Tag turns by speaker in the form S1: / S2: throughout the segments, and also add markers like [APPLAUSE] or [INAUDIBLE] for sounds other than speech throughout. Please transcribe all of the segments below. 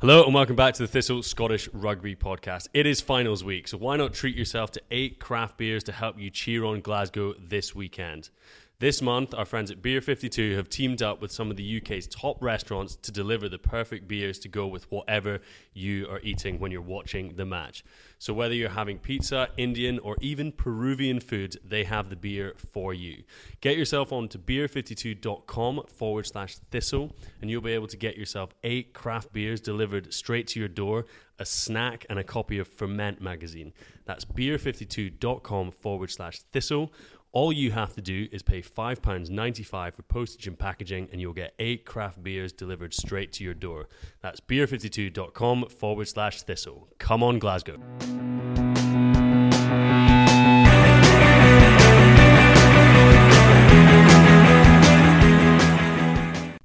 S1: Hello and welcome back to the Thistle Scottish Rugby Podcast. It is finals week, so why not treat yourself to eight craft beers to help you cheer on Glasgow this weekend? This month, our friends at Beer 52 have teamed up with some of the UK's top restaurants to deliver the perfect beers to go with whatever you are eating when you're watching the match. So, whether you're having pizza, Indian, or even Peruvian food, they have the beer for you. Get yourself on to beer52.com forward slash thistle, and you'll be able to get yourself eight craft beers delivered straight to your door a snack, and a copy of Ferment magazine. That's beer52.com forward slash thistle. All you have to do is pay £5.95 for postage and packaging, and you'll get eight craft beers delivered straight to your door. That's beer52.com forward slash thistle. Come on, Glasgow.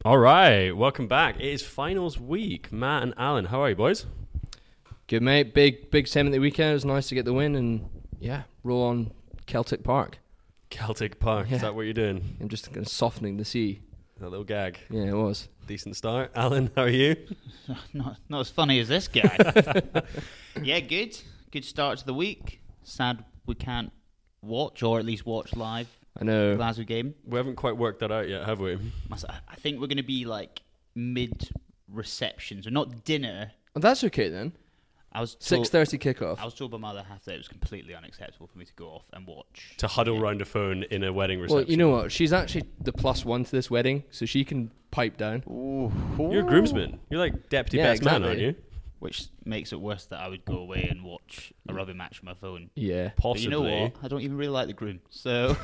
S1: All right, welcome back. It is finals week. Matt and Alan, how are you, boys?
S2: Good mate, big big same at the weekend. It was nice to get the win and yeah, roll on Celtic Park.
S1: Celtic Park.
S2: Yeah.
S1: Is that what you're doing?
S2: I'm just kind of softening the sea.
S1: That little gag.
S2: Yeah, it was.
S1: Decent start. [LAUGHS] Alan, how are you?
S3: not not as funny as this
S2: [LAUGHS]
S3: guy. yeah, good. Good start to the week. Sad we can't watch or at least watch live
S2: I know.
S3: Glasgow game.
S1: We haven't quite worked that out yet, have we?
S3: Must- I I think we're going to be like mid receptions, so not dinner.
S2: Oh, that's okay then.
S3: I was told,
S2: Six thirty kickoff.
S3: I was told by my other half that it was completely unacceptable for me to go off and watch.
S1: To huddle round a phone in a wedding reception.
S2: well, you know what? She's actually the plus one to this wedding, so she can pipe down.
S1: You're a groomsman. You're like deputy
S2: Yeah,
S1: best man, aren't
S2: exactly.
S1: you?
S3: Which makes it worse that I would go away and watch a rugby match on my phone.
S2: Yeah,
S3: But
S1: Possibly.
S3: you know what? I don't even really like the groom,
S2: [LAUGHS]
S3: so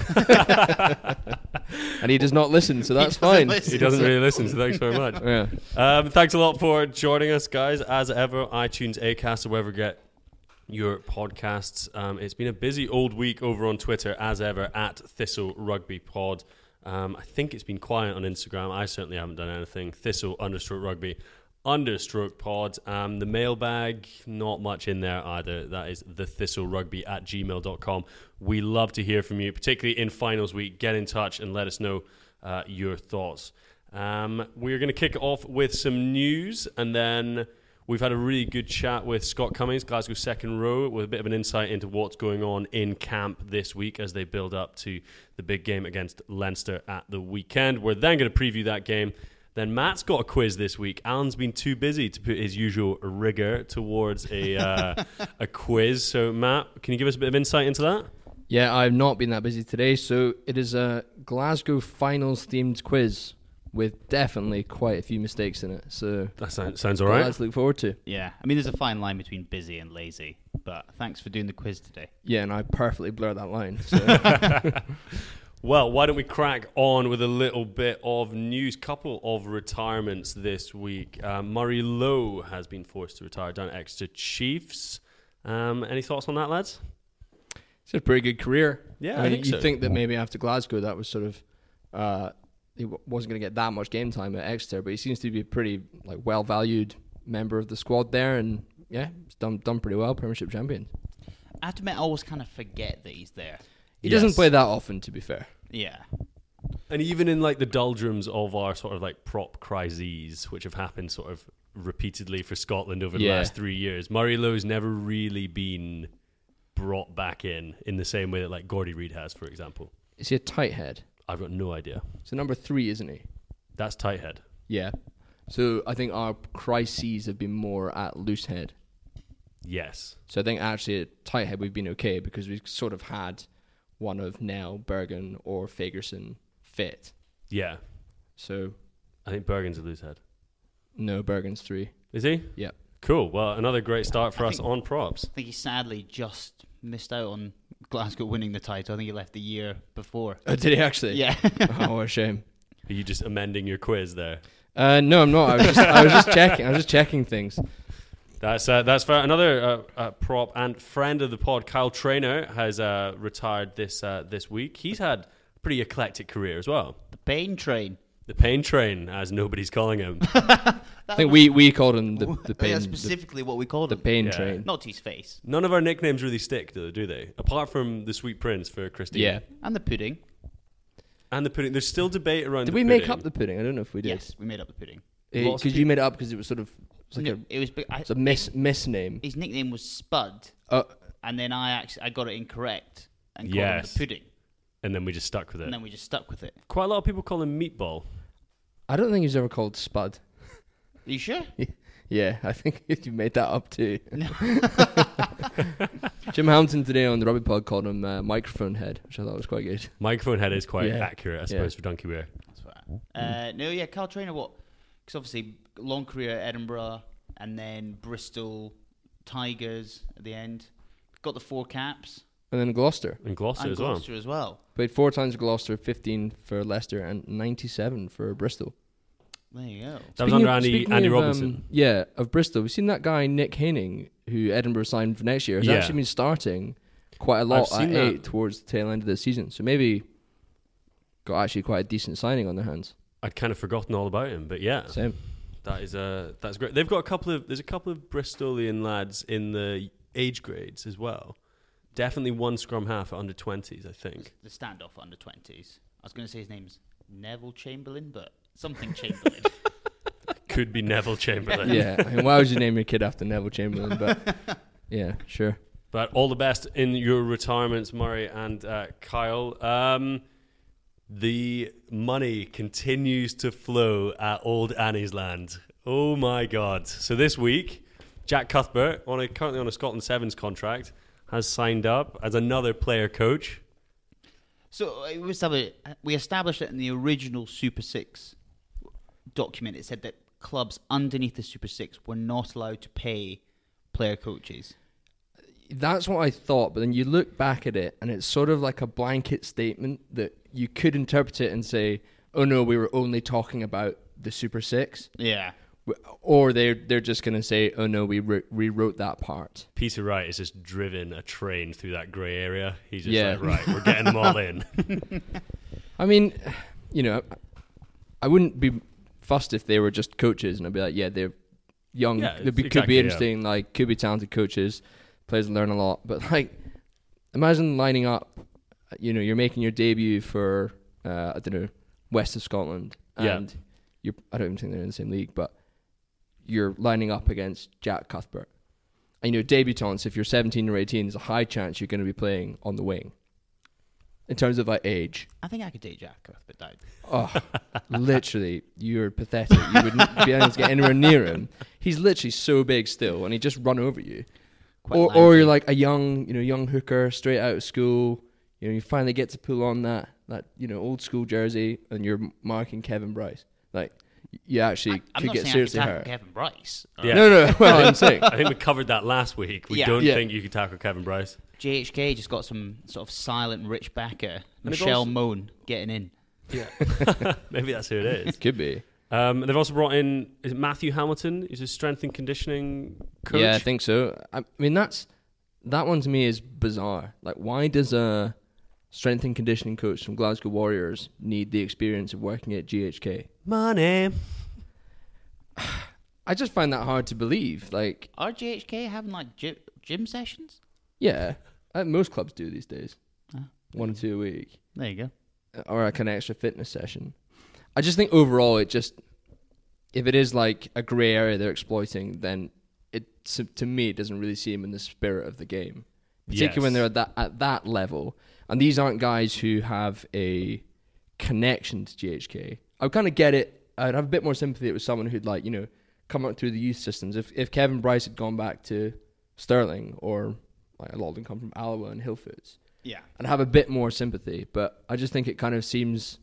S2: and he does not listen, so that's fine.
S1: He doesn't really listen, so thanks very
S2: [LAUGHS]
S1: much.
S2: Yeah.
S1: Um, thanks a lot for joining us, guys. As ever, iTunes, Acast, or wherever you get your podcasts. Um, it's been a busy old week over on Twitter, as ever, at Thistle Rugby Pod. Um, I think it's been quiet on Instagram. I certainly haven't done anything. Thistle understroke rugby understroke pod. Um, the mailbag, not much in there either. That is the thistle rugby at gmail.com. We love to hear from you, particularly in finals week. Get in touch and let us know uh, your thoughts. Um, we're going to kick it off with some news, and then we've had a really good chat with Scott Cummings, Glasgow second row, with a bit of an insight into what's going on in camp this week as they build up to the big game against Leinster at the weekend. We're then going to preview that game. Then Matt's got a quiz this week. Alan's been too busy to put his usual rigor towards a uh, a quiz. So Matt, can you give us a bit of insight into that?
S2: Yeah, I've not been that busy today, so it is a Glasgow finals themed quiz with definitely quite a few mistakes in it. So
S1: That sounds, sounds all
S2: got
S1: right.
S2: lots to look forward to.
S3: Yeah, I mean, there's a fine line between busy and lazy, but thanks for doing the quiz today.
S2: Yeah, and I perfectly blur that line. So
S1: Well, why don't we crack on with a little bit of news? Couple of retirements this week. Uh, Murray Lowe has been forced to retire down at Exeter Chiefs. Um, any thoughts on that, lads?
S2: it's a pretty good career.
S1: Yeah, I
S2: I mean,
S1: think
S2: you
S1: so.
S2: think that maybe after Glasgow, that was sort of uh, he w- wasn't going to get that much game time at Exeter, but he seems to be a pretty like well valued member of the squad there, and yeah, he's done done pretty well. Premiership champion.
S3: I have to admit, I always kind of forget that he's there.
S2: He
S1: Yes.
S2: doesn't play that often, to be fair.
S3: Yeah.
S1: And even in like the doldrums of our sort of like prop crises, which have happened sort of repeatedly for Scotland over the
S2: Yeah.
S1: last three years, Murray Lowe's never really been brought back in in the same way that like Gordy Reid has, for example.
S2: Is he a tight head?
S1: I've got no idea.
S2: So number three, isn't he?
S1: That's tight head.
S2: Yeah. So I think our crises have been more at loose head.
S1: Yes.
S2: So I think actually at tight head we've been okay because we've sort of had one of Nell, Bergen, or Fagerson fit.
S1: Yeah.
S2: So
S1: I think Bergen's a loose head.
S2: no Bergen's three.
S1: Is he?
S2: Yep.
S1: Cool. Well, another great start for us on props.
S3: I think he sadly just missed out on Glasgow winning the title. I think he left the year before.
S2: Oh, did he actually? [LAUGHS]
S3: Yeah.
S2: oh, what a shame.
S1: Are you just amending your quiz there?
S2: Uh, no, I'm not. I was just, I was just checking. I was just checking [LAUGHS] things.
S1: That's uh, that's fair. Another uh, uh, prop and friend of the pod, Kyle Trainer, has uh, retired this uh, this week. He's had a pretty eclectic career as well.
S3: the [LAUGHS] Pain Train.
S1: The pain train, as nobody's calling
S2: [LAUGHS]
S1: him.
S2: I think we, we called him the, the
S3: Oh, yeah,
S2: pain, the,
S3: specifically what we called
S2: the
S3: him.
S2: pain
S1: Yeah.
S2: train.
S3: Not to his face.
S1: None of our nicknames really stick, do do they? Apart from the Sweet Prince for Christine.
S2: Yeah.
S3: And the pudding.
S1: And the pudding. There's still debate around.
S2: Did
S1: the
S2: we make
S1: pudding.
S2: up the pudding? I don't know if we did.
S3: Yes, we made up the pudding.
S1: Lots of
S2: Because Eh, you made it up because it was sort of it's like
S3: No,
S2: a,
S3: it was. big- I,
S2: it's a mis, misname.
S3: his nickname was Spud,
S2: Uh,
S3: and then I actually I got it incorrect and called him
S1: Yes.
S3: the pudding,
S1: And then we just stuck with it.
S3: and then we just stuck with it.
S1: Quite a lot of people call him meatball.
S2: I don't think he's ever called Spud. [LAUGHS]
S3: Are you sure?
S2: Yeah, I think [LAUGHS] you made that up [LAUGHS] too. Jim Hampton today on the Rugby Pod called him uh, microphone head, which I thought was quite good.
S1: Microphone head is quite
S2: Yeah.
S1: accurate, I suppose, for donkey wear.
S3: That's right. Uh, no, yeah, Carl Trainer. What? Because obviously, long career at Edinburgh and then Bristol Tigers at the end. Got the four caps
S2: And then Gloucester
S1: And Gloucester
S3: and
S1: as well.
S3: Gloucester as well.
S2: played four times for Gloucester, fifteen for Leicester, and ninety-seven for Bristol.
S3: There you go.
S1: That was
S2: Speaking
S1: under
S2: of-
S1: Andy
S2: speaking
S1: Andy
S2: of, um,
S1: Robinson.
S2: yeah, of Bristol. We've seen that guy Nick Henning, who Edinburgh signed for next year, has
S1: Yeah.
S2: actually been starting quite a lot
S1: I've
S2: at
S1: seen
S2: eight
S1: that.
S2: towards the tail end of the season. So maybe got actually quite a decent signing on their hands.
S1: I'd kind of forgotten all about him, but yeah, [LAUGHS]
S2: Same.
S1: that is uh, that's great. They've got a couple of there's a couple of Bristolian lads in the age grades as well. Definitely one scrum half at under twenties, I think.
S3: The standoff under twenties. I was going to say his name's Neville Chamberlain, but something
S1: [LAUGHS]
S3: Chamberlain.
S1: Could be Neville Chamberlain.
S2: [LAUGHS] yeah, I mean, why would you name your kid after Neville Chamberlain? But
S1: [LAUGHS]
S2: yeah, sure.
S1: But all the best in your retirements, Murray and uh, Kyle. Um, the money continues to flow at old Annie's land. Oh my God! So this week, Jack Cuthbert, on a, currently on a Scotland Sevens contract, has signed up as another player coach.
S3: so uh, we established, we established it in the original Super Six document. It said that clubs underneath the Super Six were not allowed to pay player coaches.
S2: That's what I thought, but then you look back at it, and it's sort of like a blanket statement that you could interpret it and say, "Oh no, we were only talking about the Super Six.
S3: Yeah.
S2: W- or they're they're just gonna say, "Oh no, we re- rewrote that part."
S1: Peter Wright has just driven a train through that grey area. He's just
S2: Yeah.
S1: like, right, we're getting them all
S2: [LAUGHS]
S1: in.
S2: I mean, you know, I wouldn't be fussed if they were just coaches, and I'd be like, "Yeah, they're young.
S1: Yeah,
S2: they be, could
S1: exactly,
S2: be
S1: yeah.
S2: interesting. Like, could be talented coaches. Players learn a lot." But like, imagine lining up. You know, you're making your debut for uh, I don't know West of Scotland,
S1: Yeah.
S2: and you're I don't even think they're in the same league, but you're lining up against Jack Cuthbert. And you know, debutants, if you're 17 or 18, there's a high chance you're going to be playing on the wing. In terms of like age,
S3: I think I could date Jack Cuthbert. Died.
S2: oh, literally, you're pathetic. You wouldn't be able to get anywhere near him. He's literally so big still, and he just run over you.
S3: Quite
S2: or, or
S3: lousy.
S2: you're like a young, you know, young hooker straight out of school. You know, you finally get to pull on that that you know old school jersey, and you're marking Kevin Bryce. Like you actually
S3: I'm
S2: could
S3: not
S2: get
S3: saying
S2: seriously
S3: I could tackle
S2: hurt.
S3: Kevin Bryce.
S1: Yeah.
S2: No, no. Well, I'm saying
S1: I think we covered that last week. We
S3: Yeah.
S1: don't
S2: Yeah.
S1: think you could tackle Kevin Bryce.
S3: JHK just got some sort of silent rich backer.
S1: it's
S3: Michelle
S1: also-
S3: Moan getting in.
S1: Maybe that's who it is.
S2: could be.
S1: um, and they've also brought in is it Matthew Hamilton. He's a strength and conditioning coach.
S2: Yeah, I think so. I mean, that's that one to me is bizarre. Like, why does a strength and conditioning coach from Glasgow Warriors need the experience of working at GHK?
S1: money.
S2: I just find that hard to believe. Like,
S3: Are JHK having like gym, gym sessions?
S2: yeah, uh, most clubs do these days, one or two a week,
S3: There you go.
S2: or like an extra fitness session. I just think overall, it just if it is like a grey area they're exploiting, then it to to me it doesn't really seem in the spirit of the game. particularly when
S1: Yes.
S2: they're at that at that level. And these aren't guys who have a connection to GHK. I would kind of get it. I'd have a bit more sympathy with someone who'd like you know come up through the youth systems. If if Kevin Bryce had gone back to Sterling or like a lot of them come from Alloa and Hillfoots,
S3: Yeah.
S2: and have a bit more sympathy. But I just think it kind of seems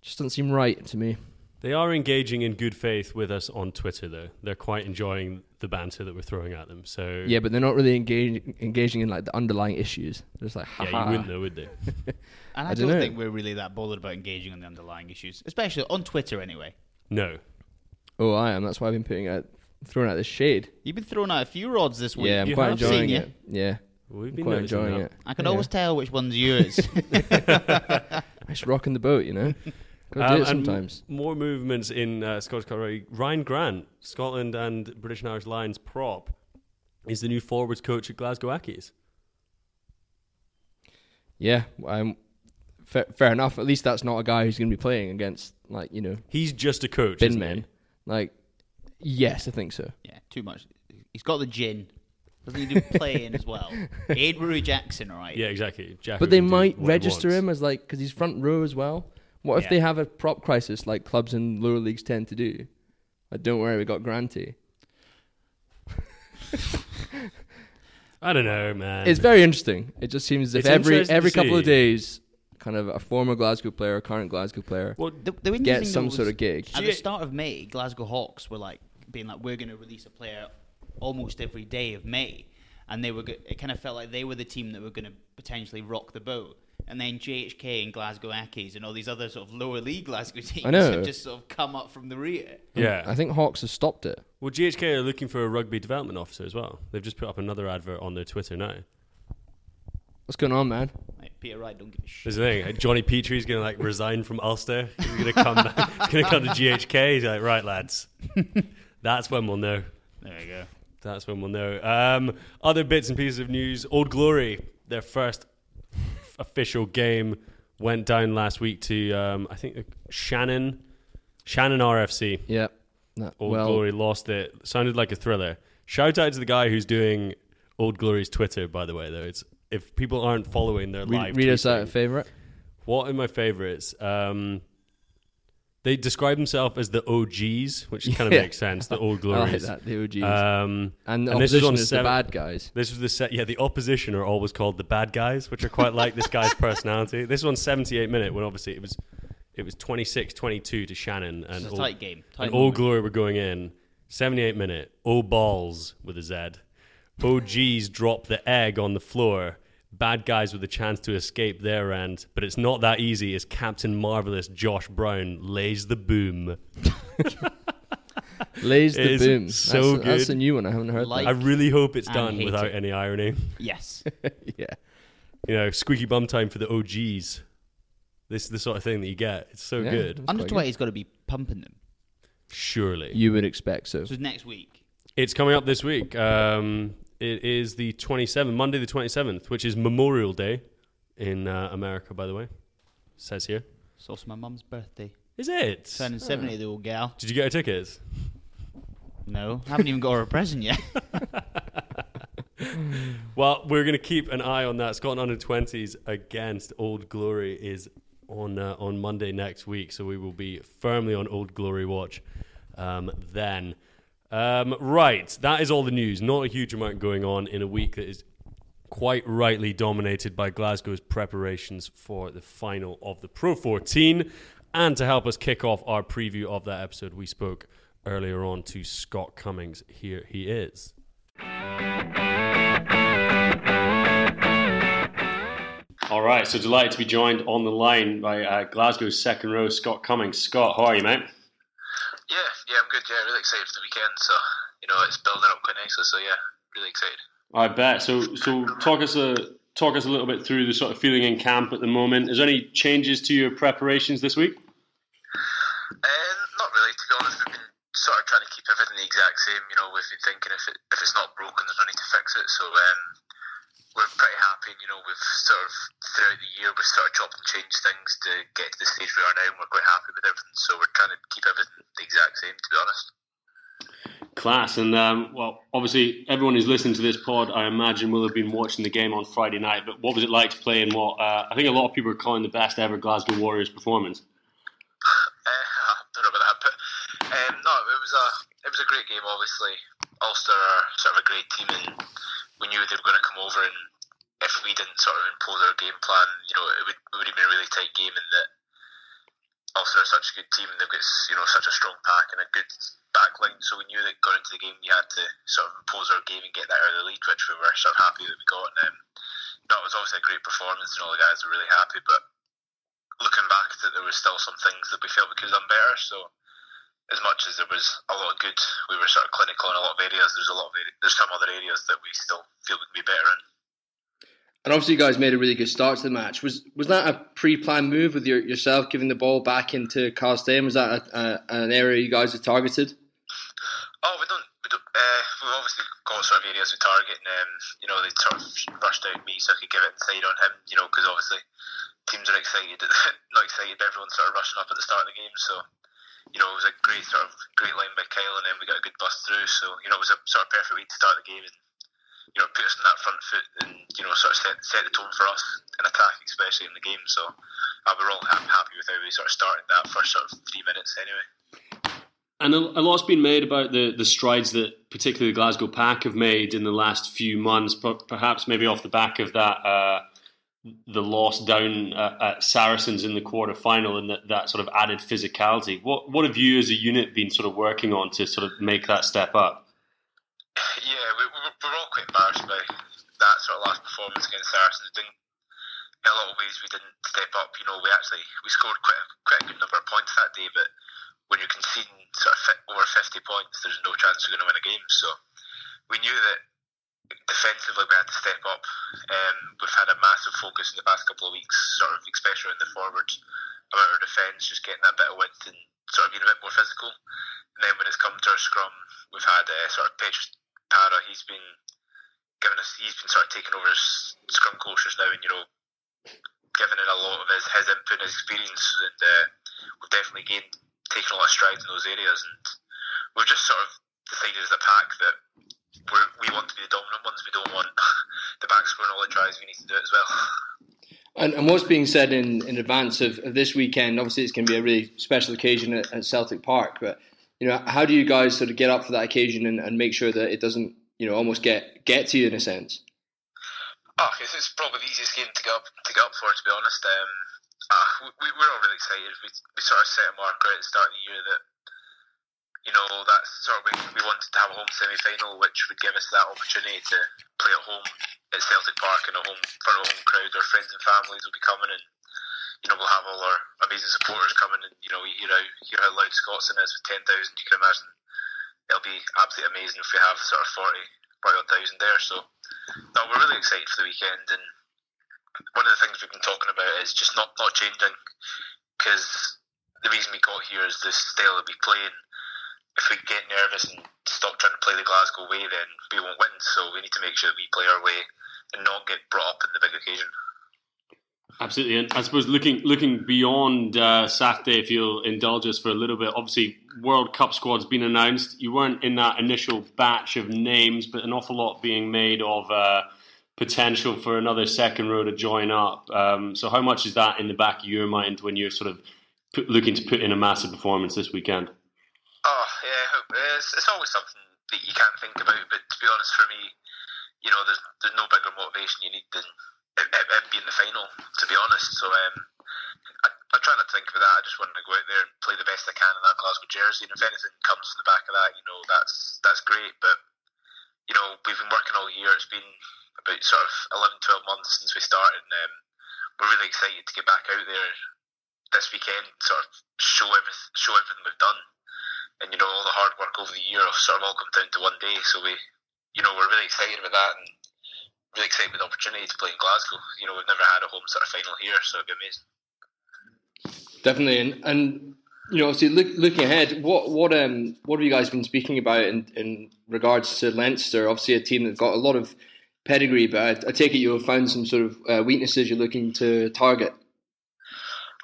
S2: just doesn't seem right to me.
S1: They are engaging in good faith with us on Twitter, though. They're quite enjoying the banter that we're throwing at them. So
S2: Yeah, but they're not really engaging engaging in like the underlying issues. They're just like,
S1: Yeah,
S2: haha.
S1: you wouldn't though, would
S2: [LAUGHS]
S1: they?
S3: And I,
S2: I
S3: don't
S2: dunno.
S3: think we're really that bothered about engaging on the underlying issues, especially on Twitter anyway.
S1: No.
S2: Oh, I am. That's why I've been putting out, throwing out this shade.
S3: You've been throwing out a few rods this week.
S2: yeah, I'm
S1: you
S2: quite
S1: have seen
S2: enjoying
S3: ya.
S2: it. Yeah,
S1: We've
S2: I'm
S1: been
S2: quite
S1: noticing
S2: enjoying
S1: that.
S2: it.
S3: I can
S2: yeah.
S3: always tell which one's
S2: [LAUGHS]
S3: yours.
S2: It's rocking the boat, you
S1: [LAUGHS]
S2: know. Gotta
S1: Um,
S2: do it
S1: and m-
S2: sometimes.
S1: more movements in uh, Scottish Colorado. Ryan Grant, Scotland and British and Irish Lions prop, is the new forwards coach at Glasgow Ackies.
S2: Yeah, i fair, fair enough. At least that's not a guy who's going to be playing against like you know
S1: He's just a coach.
S2: bin
S1: isn't
S2: men.
S1: he?
S2: Like, yes, I think so.
S3: yeah, too much. He's got the gin. Doesn't he do playing as
S2: [LAUGHS]
S3: well? He ain't Rui Jackson, all right?
S1: Yeah, exactly. Jack
S2: But
S1: Rooney
S2: they
S1: does
S2: might
S1: what he
S2: register
S1: wants.
S2: him as like because he's front row as well. What if
S3: Yeah.
S2: they have a prop crisis like clubs in lower leagues tend to do? Like, don't worry, we got Granty.
S1: I don't know, man.
S2: It's very interesting. It just seems as if
S1: It's
S2: every
S1: interesting
S2: every
S1: to
S2: couple of
S1: see.
S2: days, kind of a former Glasgow player, a current Glasgow player,
S1: well,
S3: They, they were
S2: get
S3: using
S2: some
S3: those-
S2: sort of gig.
S3: At the start of May, Glasgow Hawks were like being like, "We're going to release a player almost every day of May," and they were. Go- it kind of felt like they were the team that were going to potentially rock the boat. And then JHK and Glasgow Ackies and all these other sort of lower league Glasgow [LAUGHS] teams
S2: know.
S3: have just sort of come up from the rear.
S1: yeah.
S2: I think Hawks have stopped it.
S1: well, GHK are looking for a rugby development officer as well. They've just put up another advert on their Twitter now.
S2: What's going on, man?
S3: Like Peter Wright don't give a shit.
S1: There's the thing. uh, Johnny Petrie's going to like resign from Ulster. He's going to come. back- he's going to come to GHK. He's like, right, lads. That's when we'll know.
S3: There you go.
S1: That's when we'll know. Um, other bits and pieces of news. Old Glory, their first f- official game went down last week to um, I think Shannon, Shannon RFC.
S2: Yeah. That,
S1: Old
S2: well,
S1: Glory lost it. Sounded like a thriller. Shout out to the guy who's doing Old Glory's Twitter, by the way. Though it's if people aren't following their
S2: read,
S1: live,
S2: read us out a
S1: tweeting.
S2: favourite.
S1: What are my favorites? Um, they describe themselves as the OGs,
S2: [LAUGHS]
S1: which kind of
S2: Yeah.
S1: makes sense. The old
S2: I like
S1: glories.
S2: that, the OGs.
S1: Um,
S2: and the
S1: this is
S2: opposition
S1: on
S2: is, the
S1: seven-
S2: bad guys.
S1: This was the set. Yeah, the opposition are always called the bad guys, which are quite like this
S2: [LAUGHS]
S1: guy's personality. This one's 78 minute when obviously it was it was 26 22 to Shannon and
S3: It's a
S1: all-
S3: tight game. Tight
S1: and all
S3: moment.
S1: glory were going in. 78 minute. Oh balls with a Z. OGs drop the egg on the floor. Bad guys with a chance to escape their end, but it's not that easy as Captain Marvelous Josh Brown lays the boom.
S2: Lays
S1: It
S2: the
S1: is
S2: boom.
S1: so
S2: that's, a, that's
S1: good.
S2: a new one. I haven't heard
S3: Like-
S1: I really hope it's
S3: And
S1: done
S3: hate
S1: without
S3: it.
S1: any irony.
S2: [LAUGHS]
S3: Yes.
S2: that. Yeah.
S1: You know, squeaky bum time for the OGs. This is the sort of thing that you get. It's so
S2: Yeah.
S1: good.
S3: Under
S2: quite
S3: 20's got to be pumping them.
S1: Surely.
S2: You would expect so.
S3: So it's next week.
S1: It's coming up this week. Um, it is the 27th, Monday the 27th, which is Memorial Day in uh, America, by the way. Says here.
S3: It's also my mum's birthday.
S1: Is it?
S2: Ah.
S3: Turning 70, the old gal.
S1: Did you get her tickets?
S3: No, haven't even got her a present yet. [LAUGHS]
S1: Well, we're going to keep an eye on that. Scotland under 20s against Old Glory is on uh, on Monday next week, so we will be firmly on Old Glory watch um, then. Um, right, that is all the news. Not a huge amount going on in a week that is quite rightly dominated by Glasgow's preparations for the final of the Pro 14. And to help us kick off our preview of that episode, we spoke earlier on to Scott Cummings. Here he is. All right, so delighted to be joined on the line by uh, Glasgow's second row, Scott Cummings. Scott, how are you, mate?
S4: Yeah, yeah, I'm good. Yeah, really excited for the weekend. So you know, it's building up quite nicely. So yeah, really excited.
S1: I bet. So, so talk us a talk us a little bit through the sort of feeling in camp at the moment. Is there any changes to your preparations this week?
S4: Um, not really, to be honest. We've been sort of trying to keep everything the exact same. You know, we've been thinking if it, if it's not broken, there's no need to fix it. So um, we're pretty happy. And, you know, we've sort of throughout the year we've sort of chopped and changed things to get to the stage we are now, and we're quite happy with everything. So we're trying to keep everything the exact same, to be honest.
S1: Class, and um, well, obviously everyone who's listening to this pod, I imagine, will have been watching the game on Friday night. But what was it like playing what uh, I think a lot of people are calling the best ever Glasgow Warriors performance?
S4: Uh, [LAUGHS] I don't know about that, but um, no, it was a it was a great game. Obviously, Ulster are sort of a great team, and we knew they were going to come over. And if we didn't sort of impose our game plan, you know, it would it would have been a really tight game. And that Ulster are such a good team, and they've got you know such a strong pack and a good back line. So we knew that going into the game, we had to sort of impose our game and get that early lead, which we were sort of happy that we got. And um, no, it was obviously a great performance, and all the guys were really happy, but looking back that there was still some things that we felt we could have done better. So as much as there was a lot of good, we were sort of clinical in a lot of areas. There's a lot of area- there's some other areas that we still feel we can be better in.
S2: And obviously, you guys made a really good start to the match. Was was that a pre-planned move with your, yourself giving the ball back into Carl Stain? Was that a, a, an area you guys had targeted?
S4: Oh, we don't. We don't uh, we've obviously got sort of areas we target, and um, you know they sort of rushed out me, so I could give it inside on him. You know, because obviously teams are excited, [LAUGHS] not excited, but everyone's sort of rushing up at the start of the game. So you know it was a great sort of great line by Kyle, and then we got a good bust through. So you know it was a sort of perfect way to start the game, and you know put us in that front foot, and you know sort of set set the tone for us in attack, especially in the game. So uh, we're all ha- happy with how we sort of started that first sort of three minutes anyway.
S1: And a, a lot's been made about the, the strides that particularly the Glasgow Pack have made in the last few months, per- perhaps maybe off the back of that uh, the loss down uh, at Saracens in the quarter final and that, that sort of added physicality. What what have you as a unit been sort of working on to sort of make that step up?
S4: yeah, we, we, we were all quite embarrassed by that sort of last performance against Saracens. Didn't in a lot of ways we didn't step up. You know, we actually we scored quite a, quite a good number of points that day, but when you're conceding sort of fi- over fifty points, there's no chance you're going to win a game. So we knew that defensively we had to step up. Um, we've had a massive focus in the past couple of weeks, sort of especially in the forwards, about our defence, just getting that bit of width and sort of being a bit more physical. And then when it's come to our scrum, we've had uh, sort of Pedro Para. He's been giving us, he's been sort of taking over as scrum coaches now, and you know, giving in a lot of his, his input and his experience, and uh, we've definitely gained taken a lot of strides in those areas, and we've just sort of decided as a pack that we're, we want to be the dominant ones. We don't want [LAUGHS] the back scoring all the tries. We need to do it as well. [LAUGHS]
S2: And, and what's being said in, in advance of, of this weekend? Obviously, it's going to be a really special occasion at, at Celtic Park. But you know, how do you guys sort of get up for that occasion and, and make sure that it doesn't, you know, almost get get to you in a sense?
S4: Oh, it's, it's probably the easiest game to get up to get up for. To be honest, um, ah, we, we- we're all really excited. We, we sort of set a marker at the start of the year
S2: [LAUGHS]
S4: that you know that's sort of we, we wanted to have a home semi final, which would give us that opportunity to play at home at Celtic Park in a home for a home crowd. Our friends and families will be coming, and you know we'll have all our amazing supporters coming. And you know you hear how hear how loud Scotland is with ten thousand. You can imagine it'll be absolutely amazing if we have sort of 40, 41,000 there. So, no, we're really excited for the weekend. And one of the things we've been talking about is just not, not changing because the reason we got here is the style that we play. And if we get nervous and stop trying to play the Glasgow way, then we won't win. So, we need to make sure that we play our way and not get brought up in the big occasion.
S1: Absolutely, and I suppose looking looking beyond uh, Saturday, if you'll indulge us for a little bit, obviously World Cup squad's been announced. You weren't in that initial batch of names, but an awful lot being made of uh, potential for another second row to join up. Um, so, how much is that in the back of your mind when you're sort of put, looking to put in a massive performance this weekend?
S4: Oh yeah, it's, it's always something that you can't think about. But to be honest, for me, you know, there's there's no bigger motivation you need than it, it, it being the final. To be honest, so um, I, I trying to think about that. I just want to go out there and play the best I can in that Glasgow jersey. And if anything comes from the back of that, you know, that's that's great. But you know, we've been working all year. It's been about sort of 11, 12 months since we started. And, um, we're really excited to get back out there this weekend, sort of show everything, show everything we've done. And you know, all the hard work over the year have sort of all come down to one day. So we, you know, we're really excited with that and really excited with the opportunity to play in Glasgow. You know, we've never had a home sort of final here, so it'd be amazing.
S2: Definitely, and and you know, obviously, look, looking ahead, what what um what have you guys been speaking about in, in regards to Leinster? Obviously, a team that's got a lot of pedigree, but I, I take it you have found some sort of uh, weaknesses you're looking to target.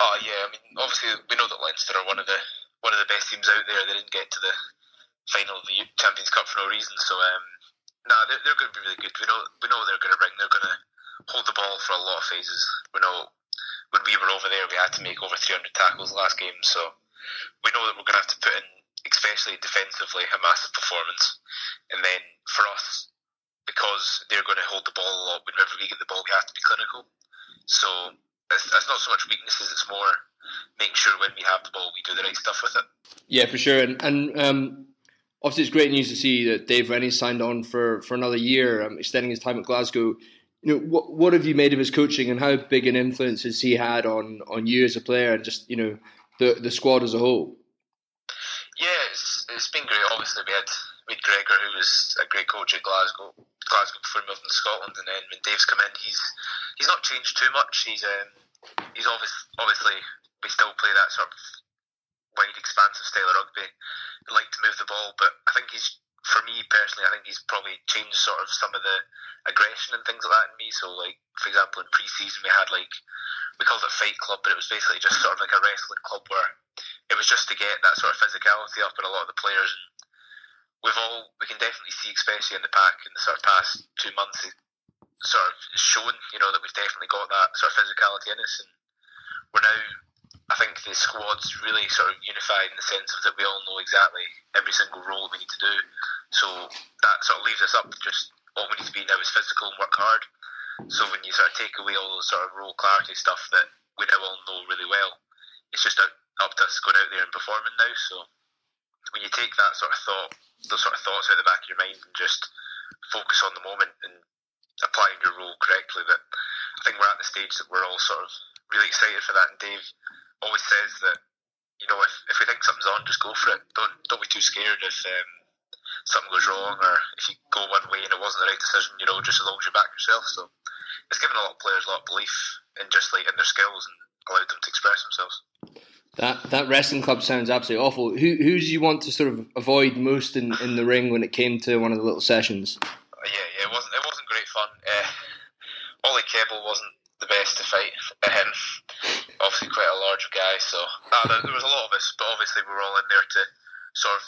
S4: Oh yeah, I mean obviously we know that Leinster are one of the one of the best teams out there. They didn't get to the final of the Eu- Champions Cup for no reason. So um, nah, they're, they're going to be really good. We know we know what they're going to bring. They're going to hold the ball for a lot of phases. We know when we were over there, we had to make over 300 tackles last game. So we know that we're going to have to put in, especially defensively, a massive performance. And then for us, because they're going to hold the ball a lot, whenever we get the ball, we have to be clinical. So it's, it's not so much weaknesses; it's more make sure when we have the ball, we do the right stuff with it.
S2: Yeah, for sure. And, and um, obviously, it's great news to see that Dave Rennie signed on for, for another year, um, extending his time at Glasgow. You know, what what have you made of his coaching, and how big an influence has he had on, on you as a player, and just you know the the squad as a whole?
S4: Yeah, it's, it's been great. Obviously, we had we had Gregor, who was a great coach at Glasgow, Glasgow before he moved in Scotland, and then when Dave's come in, he's he's not changed too much. He's um, he's obvious, obviously we still play that sort of wide, expansive style of rugby. We like to move the ball, but I think he's for me personally, I think he's probably changed sort of some of the aggression and things like that in me. So, like for example, in pre-season we had like we called it Fight Club, but it was basically just sort of like a wrestling club where it was just to get that sort of physicality up in a lot of the players. And we've all we can definitely see, especially in the pack in the sort of past two months, it sort of shown you know that we've definitely got that sort of physicality in us, and we're now. I think the squad's really sort of unified in the sense of that we all know exactly every single role we need to do. So that sort of leaves us up to just all we need to be now is physical and work hard. So when you sort of take away all those sort of role clarity stuff that we now all know really well, it's just up, up to us going out there and performing now. So when you take that sort of thought, those sort of thoughts out the back of your mind and just focus on the moment and applying your role correctly, that I think we're at the stage that we're all sort of really excited for that. And Dave always says that you know if, if we think something's on, just go for it. Don't don't be too scared if um, something goes wrong or if you go one way and it wasn't the right decision. You know, just as long as you back yourself. So it's given a lot of players a lot of belief in just like in their skills and allowed them to express themselves.
S2: That that wrestling club sounds absolutely awful. Who who do you want to sort of avoid most in, in the ring when it came to one of the little sessions?
S4: Uh, yeah, yeah, it wasn't it wasn't great fun. Uh, Ollie Cable wasn't the best to fight. Um, obviously, quite a large guy, so uh, there, there was a lot of us. But obviously, we were all in there to sort of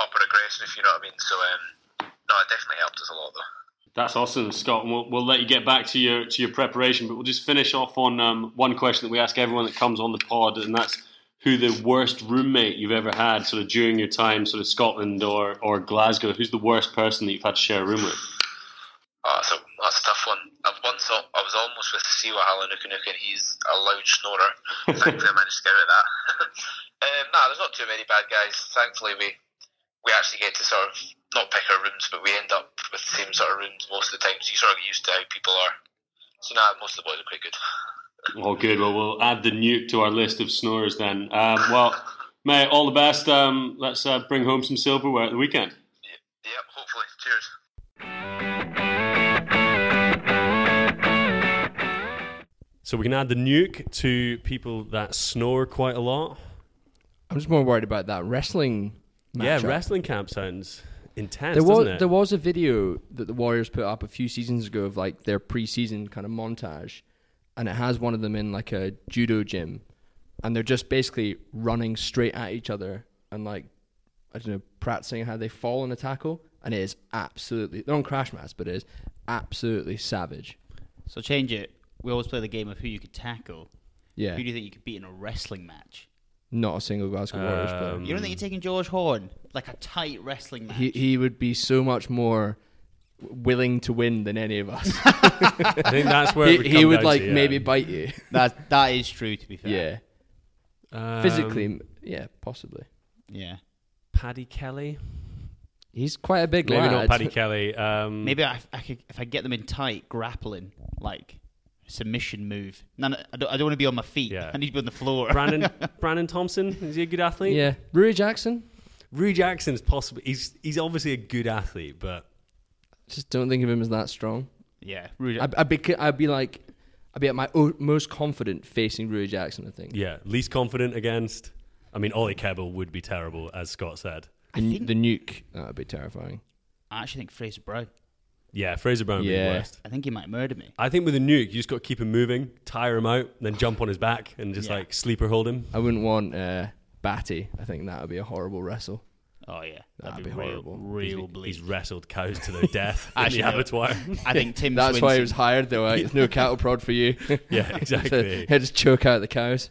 S4: up our aggression, if you know what I mean. So um, no, it definitely helped us a lot though.
S1: That's awesome, Scott. And we'll, we'll let you get back to your to your preparation, but we'll just finish off on um, one question that we ask everyone that comes on the pod, and that's who the worst roommate you've ever had, sort of during your time, sort of Scotland or or Glasgow. Who's the worst person that you've had to share a room with?
S4: Oh, so that's a tough one. I once al- I was almost with Siwa Halanukanuk and he's a loud snorer. Thankfully, I managed to get out of that. [LAUGHS] um, nah, there's not too many bad guys. Thankfully, we we actually get to sort of not pick our rooms, but we end up with the same sort of rooms most of the time. So you sort of get used to how people are. So nah, most of the boys are quite good.
S1: Oh, good. Well, we'll add the nuke to our list of snorers then. Um, well, mate, all the best. Um, let's uh, bring home some silverware at the weekend.
S4: Yep, hopefully. Cheers.
S1: So we can add the nuke to people that snore quite a lot.
S2: I'm just more worried about that wrestling.
S1: Yeah,
S2: matchup.
S1: wrestling camp sounds intense,
S2: There was
S1: doesn't it?
S2: there was a video that the Warriors put up a few seasons ago of like their preseason kind of montage, and it has one of them in like a judo gym, and they're just basically running straight at each other and like I don't know practicing how they fall in a tackle, and it is absolutely they're on crash mats, but it is absolutely savage.
S3: So change it. We always play the game of who you could tackle.
S2: Yeah,
S3: Who do you think you could beat in a wrestling match?
S2: not a single Glasgow Warriors player.
S3: You don't think you're taking George Horn like a tight wrestling match?
S2: Mm. He he would be so much more willing to win than any of us.
S1: I think that's where it would
S2: he [LAUGHS] he
S1: come
S2: would
S1: down
S2: like
S1: to, yeah.
S2: maybe bite you.
S3: that that is true. To be fair,
S2: Yeah.
S1: Um,
S2: Physically, m yeah, possibly.
S3: Yeah.
S2: Mm.
S1: Paddy Kelly.
S2: He's quite a big
S1: Maybe
S2: lad.
S1: not Paddy Kelly. Um,
S3: Maybe I, I could, if I get them in tight grappling, like submission move. No, no I don't, I don't want to be on my feet.
S1: Yeah.
S3: [LAUGHS] I need to be on the floor.
S1: Brandon Brandon Thompson. Is he a good athlete?
S2: Yeah, Rui Jackson.
S1: Rui Jackson's possibly. He's he's obviously a good athlete, but
S2: Just don't think of him as that strong.
S3: [LAUGHS] yeah, Rudy.
S2: I'd, I'd be, I'd be like, I'd be at my o- most confident facing Rui Jackson. I think.
S1: yeah, least confident against. I mean, Ollie Kebble would be terrible, as Scott said.
S2: The, nu- the nuke. That would be terrifying.
S3: I actually think Fraser Brown.
S1: Yeah, Fraser Brown would be
S2: Yeah.
S1: the worst.
S3: I think he might murder me.
S1: I think with a nuke, you just got to keep him moving, tire him out, then jump on his back and just
S3: Yeah.
S1: like sleeper hold him.
S2: I wouldn't want uh, Batty. I think that would be a horrible wrestle.
S3: Oh yeah,
S2: That'd be
S3: real,
S2: horrible.
S3: real
S1: He's
S3: bleak.
S1: wrestled cows
S3: [LAUGHS]
S1: to their death in
S3: Actually,
S1: the
S3: no.
S1: abattoir.
S3: [LAUGHS] I think Tim.
S2: [LAUGHS] That's
S3: Swinson,
S2: why he was hired. Though
S1: [LAUGHS]
S2: like, there's no cattle prod for you.
S1: yeah,
S2: [LAUGHS] so
S1: exactly.
S2: he had to choke out the cows.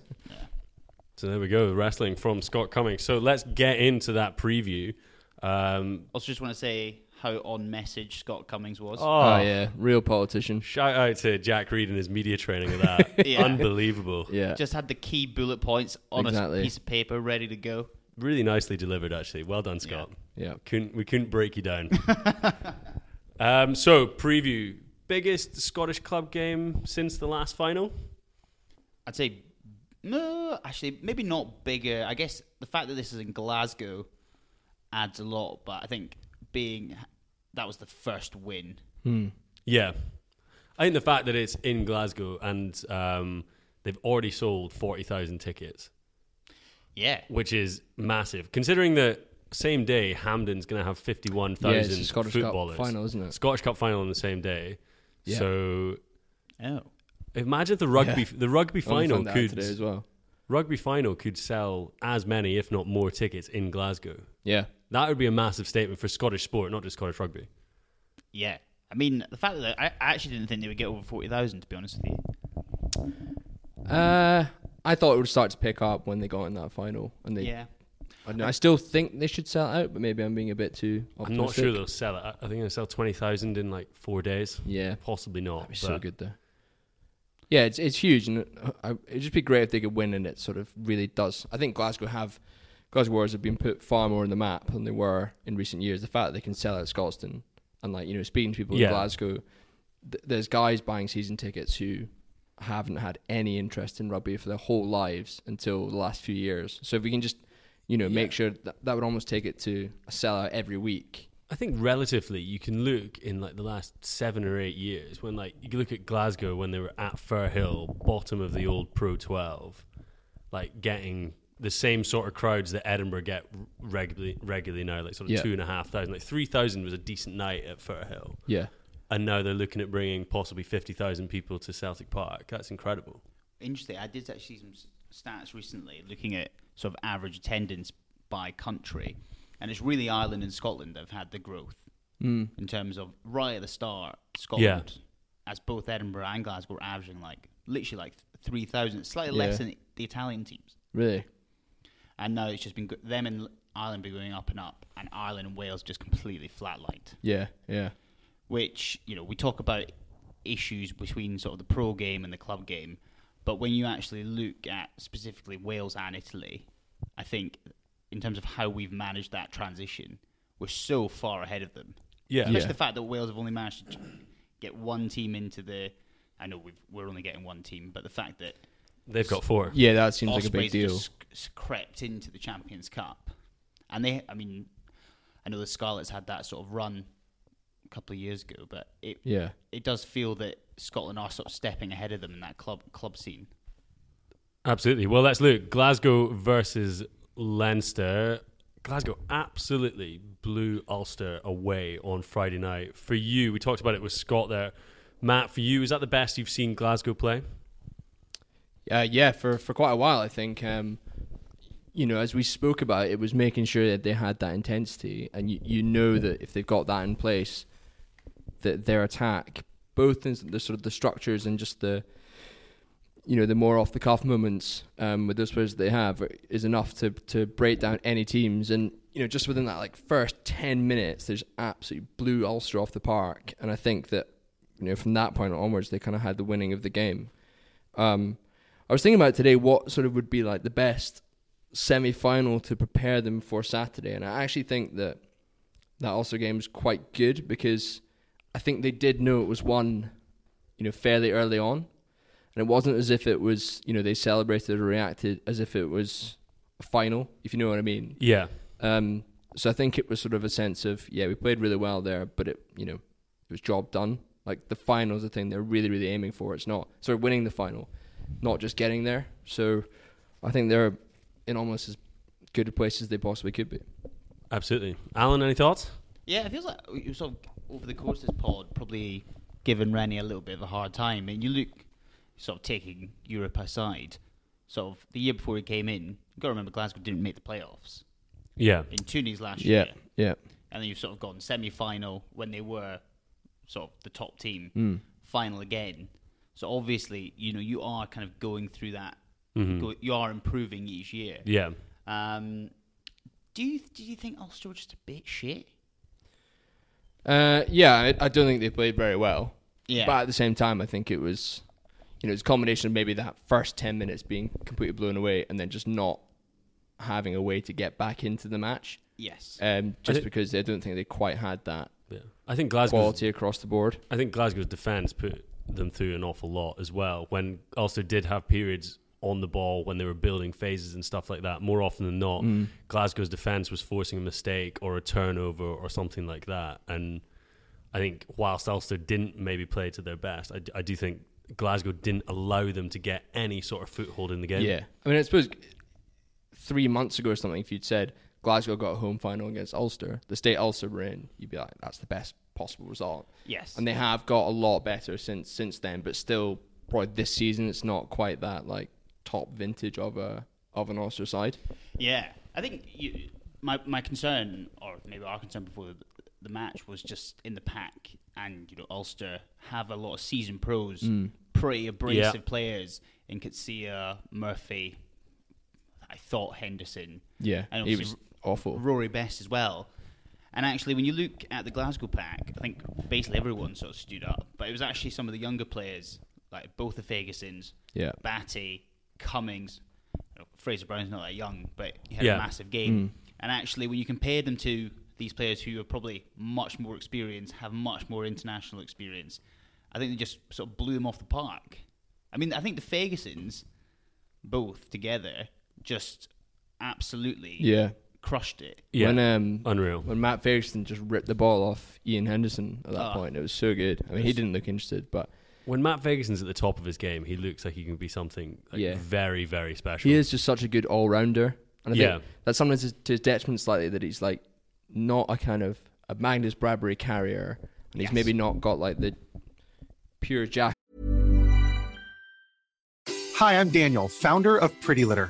S1: So there we go, wrestling from Scott Cummings. So let's get into that preview. Um,
S3: Also, just want to say how on message Scott Cummings was.
S2: Oh, yeah, real politician.
S1: Shout out to Jack Reed and his media training of
S3: [LAUGHS]
S1: that.
S3: Yeah.
S1: Unbelievable.
S2: Yeah,
S3: Just had the key bullet points on
S2: Exactly.
S3: a piece of paper ready to go.
S1: Really nicely delivered, actually. Well done, Scott.
S2: yeah.
S1: Couldn't, we couldn't break you down. [LAUGHS] um, so, preview. Biggest Scottish club game since the last final?
S3: I'd say, no, actually, maybe not bigger. I guess the fact that this is in Glasgow adds a lot, but I think being that was the first win.
S1: Yeah. I think the fact that it's in Glasgow and um, they've already sold 40,000 tickets,
S3: Yeah.
S1: which is massive. Considering that same day, Hamden's going to have 51,000
S2: Yeah, it's the Scottish Cup
S1: footballers.
S2: final, isn't it?
S1: Scottish Cup final on the same day.
S2: Yeah.
S1: So
S3: Oh.
S1: Imagine if the rugby the rugby
S2: I only
S1: final
S2: found that out
S1: could
S2: today as well.
S1: rugby final could sell as many, if not more, tickets in Glasgow.
S2: Yeah,
S1: That would be a massive statement for Scottish sport, not just Scottish rugby.
S3: Yeah. I mean, the fact that I, I actually didn't think they would get over 40,000, to be honest with you.
S2: uh, I thought it would start to pick up when they got in that final, and they.
S3: Yeah.
S2: I, don't know, I still think they should sell it out, but maybe I'm being a bit too.
S1: I'm not
S2: Optimistic.
S1: sure they'll sell it. I- I think they'll sell twenty thousand in like four days.
S2: Yeah.
S1: possibly not.
S2: That'd be so
S1: but
S2: good though. Yeah, it's it's huge, and uh, I- it'd just be great if they could win, and it sort of really does. I think Glasgow have Glasgow Warriors have been put far more on the map than they were in recent years. The fact that they can sell out Scotstoun and like you know speaking to people
S1: Yeah.
S2: in Glasgow, th- there's guys buying season tickets who haven't had any interest in rugby for their whole lives until the last few years. So if we can just you know make sure that that would almost take it to a sellout every week.
S1: I think relatively, you can look in like the last seven or eight years when like you look at Glasgow when they were at Firhill, bottom of the old Pro 12, like getting the same sort of crowds that Edinburgh get r- regularly regularly now, like sort of
S2: Yeah.
S1: two and a half thousand, like three thousand was a decent night at Firhill,
S2: Yeah,
S1: and now they're looking at bringing possibly fifty thousand people to Celtic Park. That's incredible.
S3: Interesting. I did actually see some s- stats recently looking at sort of average attendance by country, and it's really Ireland and Scotland that have had the growth in terms of right at the start. Scotland, as both Edinburgh and Glasgow, were averaging like literally like three thousand, slightly
S2: Yeah.
S3: less than the Italian teams,
S2: really.
S3: and now it's just been go- them and L- Ireland been going up and up, and Ireland and Wales just completely flatlined
S2: Yeah, yeah,
S3: which you know we talk about issues between sort of the pro game and the club game, but when you actually look at specifically Wales and Italy, I think in terms of how we've managed that transition, we're so far ahead of them.
S1: Yeah.
S3: especially
S2: Yeah.
S3: the fact that Wales have only managed to get one team into the. I know we've, we're only getting one team, but the fact that
S1: They've got four.
S2: yeah. That seems like a big
S3: Ospreys have
S2: deal.
S3: just sc- s- crept into the Champions Cup, and they. I mean, I know the Scarlets had that sort of run a couple of years ago, but it
S2: Yeah.
S3: it does feel that Scotland are sort of stepping ahead of them in that club club scene.
S1: Absolutely. Well, let's look. Glasgow versus Leinster. Glasgow absolutely blew Ulster away on Friday night. For you, we talked about it with Scott there. Matt, for you, is that the best you've seen Glasgow play?
S2: Uh, yeah, for, for quite a while, I think. Um, you know, as we spoke about, it was making sure that they had that intensity, and you, you know that if they've got that in place, that their attack, both in the sort of the structures and just the, you know, the more off the cuff moments um, with those players that they have, is enough to to break down any teams. And you know, just within that like first ten minutes, they just absolutely blew Ulster off the park. And I think that you know from that point onwards, they kind of had the winning of the game. Um, I was thinking about today what sort of would be like the best semi final to prepare them for Saturday, and I actually think that that Ulster game is quite good because I think they did know it was won, you know, fairly early on, and it wasn't as if it was you know they celebrated or reacted as if it was a final, if you know what I mean.
S1: Yeah.
S2: Um, so I think it was sort of a sense of yeah, we played really well there, but it you know it was job done. Like the finals, the thing they're really really aiming for. It's not sorry winning the final, not just getting there. So I think they're in almost as good a place as they possibly could be.
S1: Absolutely. Alan, any thoughts?
S3: Yeah, it feels like you sort of over the course of this pod probably given Rennie a little bit of a hard time, and you look sort of taking Europe aside. Sort of the year before he came in, you got to remember Glasgow didn't make the playoffs
S1: Yeah.
S3: in Tunis last
S2: Yeah,
S3: year,
S2: yeah,
S3: and then you've sort of gone semi-final when they were sort of the top team, final again. So obviously, you know, you are kind of going through that. Go, you are improving each year.
S1: Yeah.
S3: Um, do you do you think Ulster were just a bit shit?
S2: uh, yeah. I, I don't think they played very well.
S3: Yeah.
S2: But at the same time, I think it was, you know, it's a combination of maybe that first 10 minutes being completely blown away and then just not having a way to get back into the match.
S3: Yes.
S2: Um, just
S1: thi-
S2: because I don't think they quite had that
S1: Yeah. I think Glasgow.
S2: quality across the board.
S1: I think Glasgow's defence put them through an awful lot as well. When Ulster did have periods on the ball when they were building phases and stuff like that, more often than not,
S2: Mm.
S1: Glasgow's defence was forcing a mistake or a turnover or something like that. And I think whilst Ulster didn't maybe play to their best, I, d- I do think Glasgow didn't allow them to get any sort of foothold in the game.
S2: Yeah. I mean, I suppose three months ago or something, if you'd said Glasgow got a home final against Ulster, the state Ulster were in, you'd be like, that's the best possible result.
S3: Yes.
S2: And they have got a lot better since since then, but still, probably this season, it's not quite that like top vintage of a of an Ulster side.
S3: Yeah, I think you, my my concern, or maybe our concern before the, the match, was just in the pack, and you know Ulster have a lot of season pros,
S2: Mm.
S3: pretty abrasive
S1: Yeah.
S3: players in Katsia, Murphy. I thought Henderson.
S2: Yeah,
S3: and
S2: he
S3: obviously
S2: was awful.
S3: Rory Best as well. And actually, when you look at the Glasgow pack, I think basically everyone sort of stood up, but it was actually some of the younger players, like both the Fergusons,
S2: Yeah.
S3: Batty, Cummings. you know, Fraser Brown's not that young, but he had
S1: Yeah.
S3: a massive game.
S2: Hmm.
S3: And actually, when you compare them to these players who are probably much more experienced, have much more international experience, I think they just sort of blew them off the park. I mean, I think the Fergusons, both together, just absolutely
S2: Yeah.
S3: crushed it.
S1: Yeah.
S2: When um
S1: Unreal.
S2: when Matt Ferguson just ripped the ball off Ian Henderson at that point, it was so good. I mean, he didn't look interested, but
S1: When Matt Ferguson's at the top of his game, he looks like he can be something like,
S2: Yeah.
S1: very, very special.
S2: he is just such a good all rounder, and I
S1: Yeah.
S2: think that sometimes is to his detriment slightly that he's like not a kind of a Magnus Bradbury carrier, and he's maybe not got like the pure jack
S5: Hi, I'm Daniel, founder of Pretty Litter.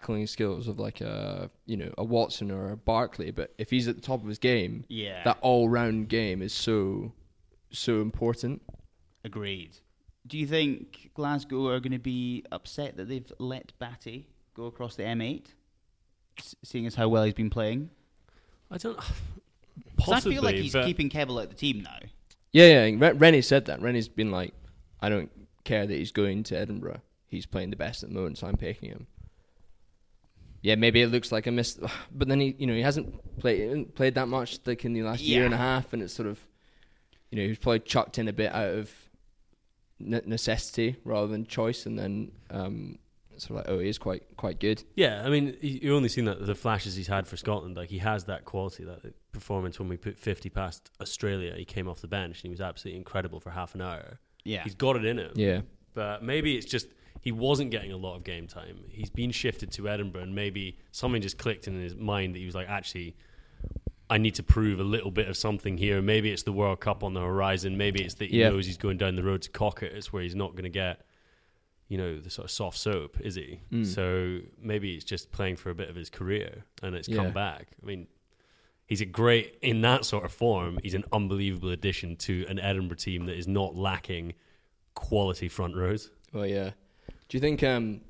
S2: tackling skills of like a you know a Watson or a Barkley, but if he's at the top of his game,
S3: Yeah.
S2: that all round game is so so important.
S3: Agreed. Do you think Glasgow are going to be upset that they've let Batty go across the M8, s- seeing as how well he's been playing?
S1: I don't. [SIGHS]
S3: 'Cause I
S1: Possibly,
S3: feel like he's
S1: but-
S3: keeping Kebble out the team now.
S2: Yeah, yeah. and Re- Rennie said that. Rennie's been like, I don't care that he's going to Edinburgh. He's playing the best at the moment, so I'm picking him. Yeah, maybe it looks like a miss, [SIGHS] but then he, you know, he hasn't played he hasn't played that much like in the last year and a
S3: Yeah.
S2: half, and it's sort of, you know, he's probably chucked in a bit out of ne- necessity rather than choice, and then um, sort of like, oh, he is quite quite good.
S1: Yeah, I mean, y- you only seen that the flashes he's had for Scotland. Like he has that quality, that performance when we put fifty past Australia. He came off the bench and he was absolutely incredible for half an hour.
S3: Yeah.
S1: he's got it in him.
S2: Yeah.
S1: but maybe it's just he wasn't getting a lot of game time. He's been shifted to Edinburgh, and maybe something just clicked in his mind that he was like, actually, I need to prove a little bit of something here. Maybe it's the World Cup on the horizon. Maybe it's that he
S2: Yeah.
S1: knows he's going down the road to Cocker. It's where he's not going to get, you know, the sort of soft soap, is he?
S2: Mm.
S1: So maybe it's just playing for a bit of his career and it's
S2: Yeah.
S1: come back. I mean, he's a great, in that sort of form, he's an unbelievable addition to an Edinburgh team that is not lacking quality front rows.
S2: Well, yeah. Do you think um,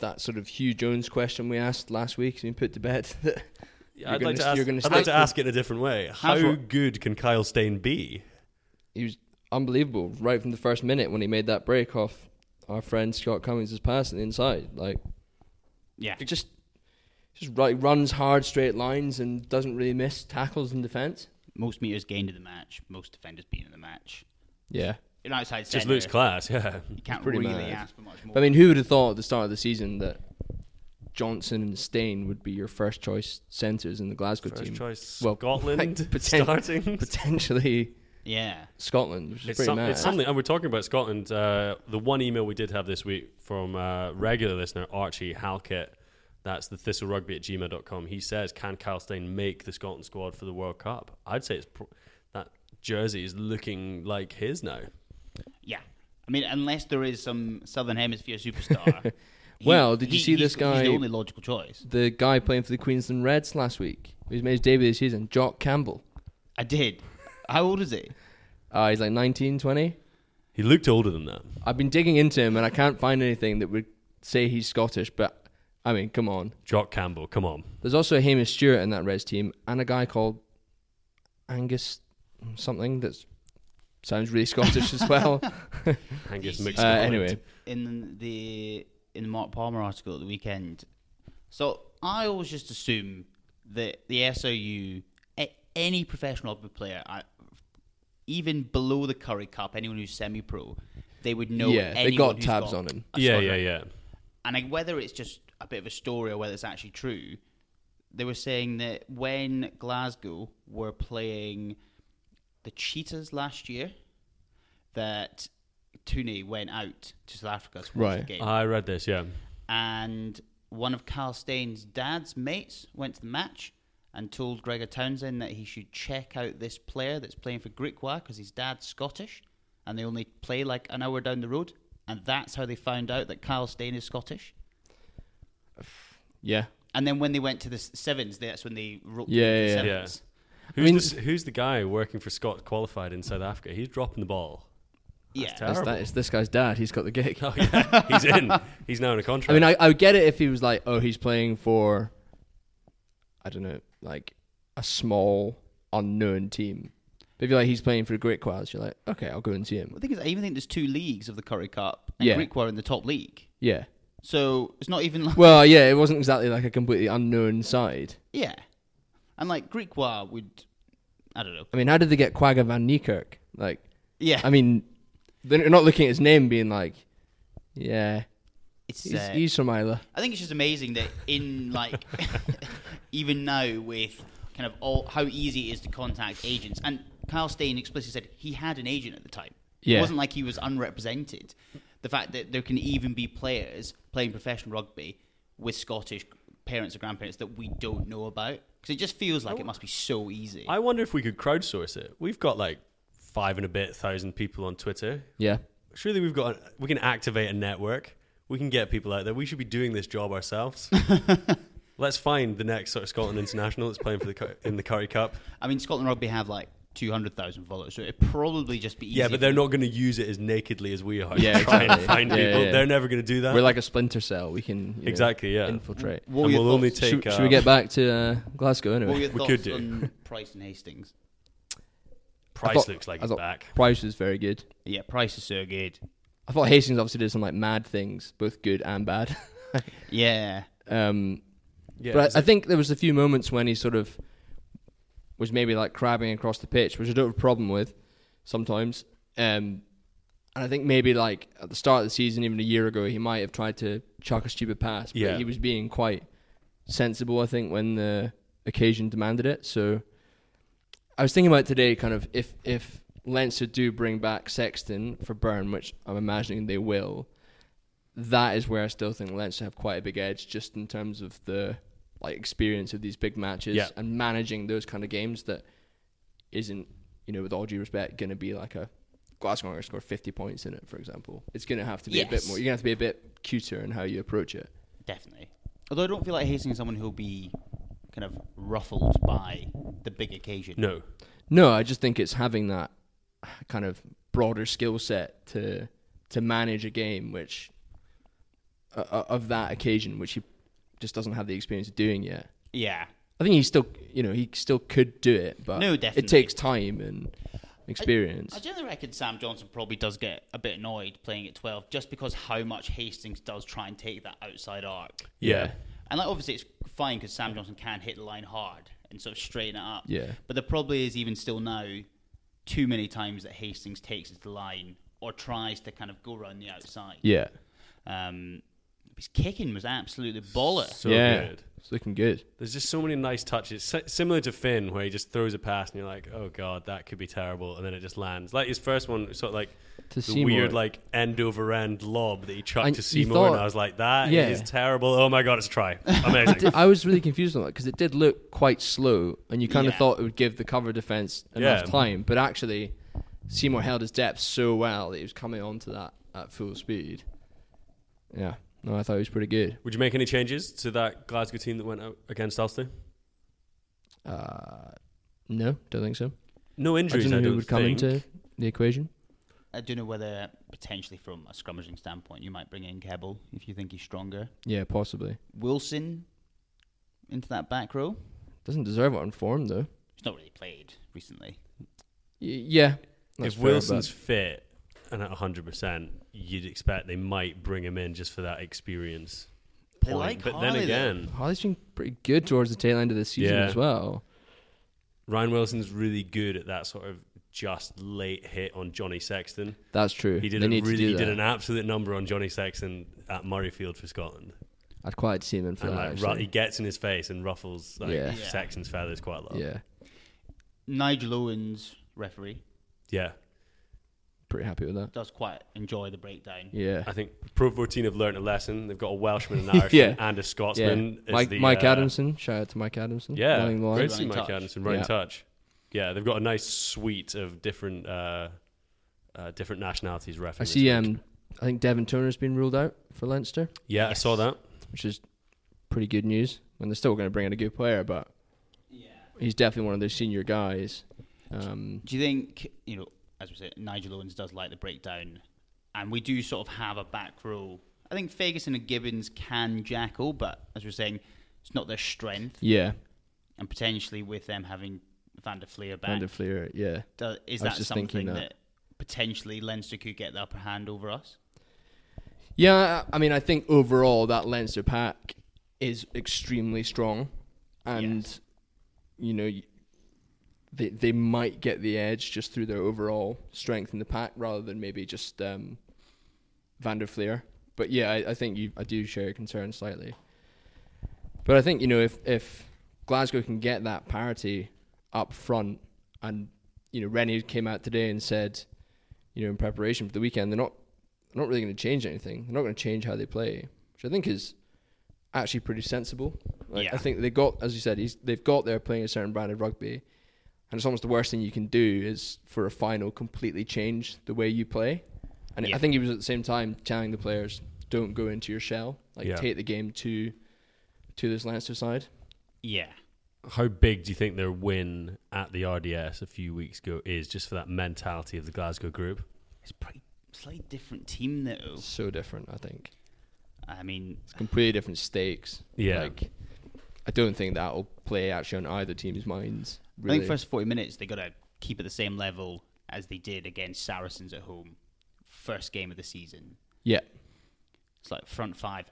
S2: that sort of Hugh Jones question we asked last week has been put to bed? [LAUGHS]
S1: Yeah, I'd
S2: You're
S1: like
S2: gonna
S1: to
S2: st-
S1: ask.
S2: you're gonna
S1: I'd like
S2: stick
S1: to ask it in a different way. How
S3: How's what-
S1: good can Kyle Stain be?
S2: he was unbelievable right from the first minute when he made that break off our friend Scott Cummings' pass on the inside. Like,
S3: Yeah.
S2: he just just right, runs hard straight lines and doesn't really miss tackles in defence.
S3: Most meters gained in the match. Most defenders being in the match.
S2: Yeah.
S3: An outside
S1: Just
S3: centre.
S1: looks class, yeah.
S3: You can't
S2: pretty
S3: really
S2: mad.
S3: ask for much more.
S2: I mean, who would have thought at the start of the season that Johnson and Stain would be your first choice centres in the Glasgow
S1: First
S2: team?
S1: choice
S2: Well,
S1: Scotland
S2: [LAUGHS] poten-
S1: starting.
S2: potentially
S3: yeah.
S2: Scotland, which is
S1: It's,
S2: pretty
S1: some-
S2: mad.
S1: it's something, and we're talking about Scotland. Uh, the one email we did have this week from uh, regular listener Archie Halkett, that's the thistle rugby at gmail.com. He says, Can Kyle Stain make the Scotland squad for the World Cup? I'd say it's pro- that jersey is looking like his now.
S3: Yeah. I mean, unless there is some Southern Hemisphere superstar. he-
S2: [LAUGHS] Well, did you
S3: he-
S2: see this
S3: he's, He's
S2: guy-
S3: the only logical choice.
S2: the guy playing for the Queensland Reds last week, who's made his debut this season, Jock Campbell.
S3: I did. How old is he?
S2: Uh, he's like 19, 20.
S1: He looked older than that.
S2: I've been digging into him and I can't find anything that would say he's Scottish, but I mean, come on.
S1: Jock Campbell, come on.
S2: There's also a Hamish Stewart in that Reds team and a guy called Angus something that sounds really Scottish as well.
S1: Angus
S2: Uh,
S1: McScotland.
S2: anyway,
S3: in the in the Mark Palmer article at the weekend. So I always just assume that the SOU, a- any professional rugby player, I- even below the Curry Cup, anyone who's semi-pro, they would know.
S2: Yeah, they
S3: anyone
S2: got
S3: who's
S2: tabs
S3: got
S2: on him.
S3: a
S1: Yeah,
S3: soccer-
S1: yeah, yeah.
S3: And like, whether it's just a bit of a story or whether it's actually true, they were saying that when Glasgow were playing the Cheetahs last year, that Tune went out to South Africa to watch the
S2: Right.
S3: game
S1: I read this, yeah.
S3: and one of Carl Stain's dad's mates went to the match and told Gregor Townsend that he should check out this player that's playing for Griquas because his dad's Scottish and they only play like an hour down the road. And that's how they found out that Carl Stain is Scottish.
S2: yeah.
S3: And then when they went to the s- sevens, that's when they roped
S2: Yeah,
S3: yeah, the
S2: yeah, yeah.
S3: sevens.
S1: Who's,
S2: mean-
S1: the, s- who's the guy working for Scott Qualified in South Africa? He's dropping the ball.
S3: Yeah.
S2: It's, that, it's this guy's dad. He's got the gig.
S1: [LAUGHS] Oh, yeah. He's in. He's now in a
S2: I
S1: contract.
S2: mean, I, I would get it if he was like, oh, he's playing for, I don't know, like a small unknown team. But if you're like, he's playing for the Great Quads, you're like, okay, I'll go and see him.
S3: The thing is, I even think there's two leagues of the Curry Cup and
S2: Yeah.
S3: Griquas are in the top league.
S2: Yeah.
S3: So it's not even like.
S2: Well, yeah, it wasn't exactly like a completely unknown side.
S3: yeah. And like Griquas would. I don't know.
S2: I mean, how did they get Quagga Van Niekerk? Like,
S3: Yeah.
S2: I mean, they're not looking at his name being like, yeah,
S3: it's,
S2: he's,
S3: uh,
S2: he's from Isla.
S3: I think it's just amazing that in like [LAUGHS] even now with kind of all how easy it is to contact agents and Kyle Stain explicitly said he had an agent at the time.
S2: Yeah.
S3: It wasn't like he was unrepresented. The fact that there can even be players playing professional rugby with Scottish parents or grandparents that we don't know about because it just feels like it must be so easy.
S1: I wonder if we could crowdsource it. We've got like five and a bit thousand people on Twitter.
S2: Yeah.
S1: Surely we've got, we can activate a network. We can get people out there. We should be doing this job ourselves. Let's find the next sort of Scotland international that's playing for the Cur- in the Curry Cup.
S3: I mean, Scotland rugby have like two hundred thousand followers, so it'd probably just be easy.
S1: Yeah, but they're not going to use it as nakedly as we are.
S2: Yeah,
S1: Yeah, try and
S2: exactly.
S1: find
S2: Yeah,
S1: people.
S2: yeah.
S1: They're never going to do that.
S2: We're like a splinter cell. We can you know,
S1: Uh, exactly, yeah.
S2: infiltrate.
S3: What were
S1: and
S3: your
S1: we'll only
S3: thoughts?
S1: take.
S2: should, should we
S1: um,
S2: get back to uh, Glasgow
S3: What were
S2: anyway?
S3: your
S1: We
S3: thoughts
S1: could do.
S3: on Price and Hastings?
S1: Price
S2: I thought-
S1: looks like
S2: I
S1: he's
S2: thought
S1: back.
S2: Price was very good.
S3: Yeah, Price is so good.
S2: I thought Hastings obviously did some like mad things, both good and bad. [LAUGHS]
S3: Yeah.
S2: um,
S1: Yeah,
S2: but
S1: is
S2: I, I
S1: it-
S2: think there was a few moments when he sort of was maybe like crabbing across the pitch, which I don't have a problem with sometimes. Um, And I think maybe like at the start of the season, even a year ago, he might have tried to chuck a stupid pass, but
S1: Yeah.
S2: he was being quite sensible, I think, when the occasion demanded it. So I was thinking about today, kind of if if Leinster do bring back Sexton for Burn, which I'm imagining they will, that is where I still think Leinster have quite a big edge, just in terms of the like experience of these big matches
S1: Yeah.
S2: and managing those kind of games that isn't, you know, with all due respect, going to be like a Glasgow are going to score 50 points in it, for example. It's going to have to be a bit
S3: Yes.
S2: more. You're going to have to be a bit cuter in how you approach it.
S3: Definitely. Although I don't feel like Hastings is someone who'll be kind of ruffled by the big occasion.
S1: No.
S2: No, I just think it's having that kind of broader skill set to to manage a game which uh, of that occasion, which he just doesn't have the experience of doing yet.
S3: Yeah.
S2: I think he still, you know, he still could do it, but
S3: No,
S2: it
S3: definitely.
S2: takes time and experience.
S3: I generally reckon Sam Johnson probably does get a bit annoyed playing at 12 just because how much Hastings does try and take that outside arc.
S1: Yeah.
S3: And like, obviously, it's fine because Sam Johnson can hit the line hard and sort of straighten it up.
S2: Yeah.
S3: But the problem is, even still now, too many times that Hastings takes it to the line or tries to kind of go around the outside.
S2: yeah,
S3: Um, his kicking was absolutely baller.
S1: So
S2: yeah,
S1: good.
S2: it's looking good.
S1: There's just so many nice touches, Si- similar to Finn, where he just throws a pass and you're like, "Oh god, that could be terrible," and then it just lands. Like his first one, sort of like
S2: To
S1: the
S2: Seymour.
S1: weird like end over end lob that he chucked
S2: And
S1: to
S2: you
S1: Seymour, and
S2: thought-
S1: I was like, "That is
S2: Yeah.
S1: terrible." Oh my god, it's a
S2: [LAUGHS]
S1: try. Amazing.
S2: I was really confused on that because it did look quite slow, and you kind of
S3: Yeah.
S2: thought it would give the cover defense enough
S1: Yeah.
S2: time, but actually, Seymour held his depth so well that he was coming onto that at full speed. Yeah, no, I thought he was pretty good.
S1: Would you make any changes to that Glasgow team that went out against Ulster?
S2: Uh, no, don't think so.
S1: No
S2: I
S1: injuries.
S2: don't
S1: I
S2: know
S1: don't
S2: who would come
S1: think.
S2: into the equation.
S3: I don't know whether potentially from a scrummaging standpoint you might bring in Kebble if you think he's stronger.
S2: Yeah, possibly.
S3: Wilson into that back row.
S2: Doesn't deserve it on form though.
S3: He's not really played recently.
S2: Y- yeah,
S1: if
S2: that's fair,
S1: Wilson's
S2: but-
S1: fit and at 100, percent you'd expect they might bring him in just for that experience.
S3: They
S1: point.
S3: like
S1: but then
S3: Harley, though.
S1: again,
S2: Harley's been pretty good towards the tail end of the season
S1: Yeah.
S2: as well.
S1: Ryan Wilson's really good at that sort of just late hit on Johnny Sexton.
S2: That's true.
S1: He did
S2: They
S1: a
S2: need to
S1: really,
S2: do
S1: he did
S2: that.
S1: an absolute number on Johnny Sexton at Murrayfield for Scotland.
S2: I'd quite like to see him in for
S1: And
S2: that.
S1: like, ru-
S2: actually.
S1: he gets in his face and ruffles like,
S2: eh? Yeah.
S3: Yeah.
S1: Sexton's feathers quite a lot.
S2: yeah,
S3: Nigel Owens, referee,
S1: Yeah.
S2: pretty happy with that.
S3: does quite enjoy the breakdown.
S2: Yeah.
S1: I think Pro 14 have learned a lesson. They've got a Welshman, an
S2: [LAUGHS]
S1: Irishman,
S2: Yeah.
S1: and a Scotsman. as
S2: Mike,
S1: the,
S2: Mike
S1: uh,
S2: Adamson. Shout out to Mike Adamson.
S1: Yeah,
S2: Running the line.
S1: great to see
S3: Running
S1: Mike
S3: touch.
S1: Adamson right in
S2: Yeah.
S1: touch. Yeah, they've got a nice suite of different uh, uh, different nationalities. Ref,
S2: I see. Um, I think Devin Turner's been ruled out for Leinster,
S1: yeah, I saw that.
S2: which is pretty good news. And they're still going to bring in a good player, but he's definitely one of those senior guys. Um,
S3: Do you think, you know, as we said, Nigel Owens does like the breakdown, and we do sort of have a back row. I think Ferguson and Gibbons can jackal, but as we we're saying, it's not their strength.
S2: yeah,
S3: And potentially with them having Van der Fleer back,
S2: Van der Fleer. Yeah,
S3: do- is
S2: I was
S3: that
S2: just
S3: something
S2: thinking
S3: that.
S2: that.
S3: potentially Leinster could get the upper hand over us?
S2: Yeah, I I mean, I think overall that Leinster pack is extremely strong, and
S3: Yes.
S2: you know y- they they might get the edge just through their overall strength in the pack rather than maybe just um, Van der Fleer. But yeah, I, I think you I do share your concern slightly. But I think you know if if Glasgow can get that parity up front, and you know Rennie came out today and said, you know, in preparation for the weekend, they're not they're not really going to change anything. They're not going to change how they play, which I think is actually pretty sensible. Like,
S3: Yeah.
S2: I think they got, as you said, he's, they've got there playing a certain brand of rugby, and it's almost the worst thing you can do is for a final completely change the way you play. And I think he was at the same time telling the players, "Don't go into your shell. Like
S1: Yeah.
S2: take the game to to this Lancer side."
S3: Yeah.
S1: How big do you think their win at the RDS a few weeks ago is, just for that mentality of the Glasgow group?
S3: It's pretty slightly different team though.
S2: So different, I think.
S3: I mean, uh,
S2: Completely different stakes.
S1: Yeah.
S2: Like, I don't think that will play actually on either team's minds.
S3: I
S2: Really.
S3: think first 40 minutes they got to keep at the same level as they did against Saracens at home, first game of the season.
S2: yeah.
S3: It's like front five,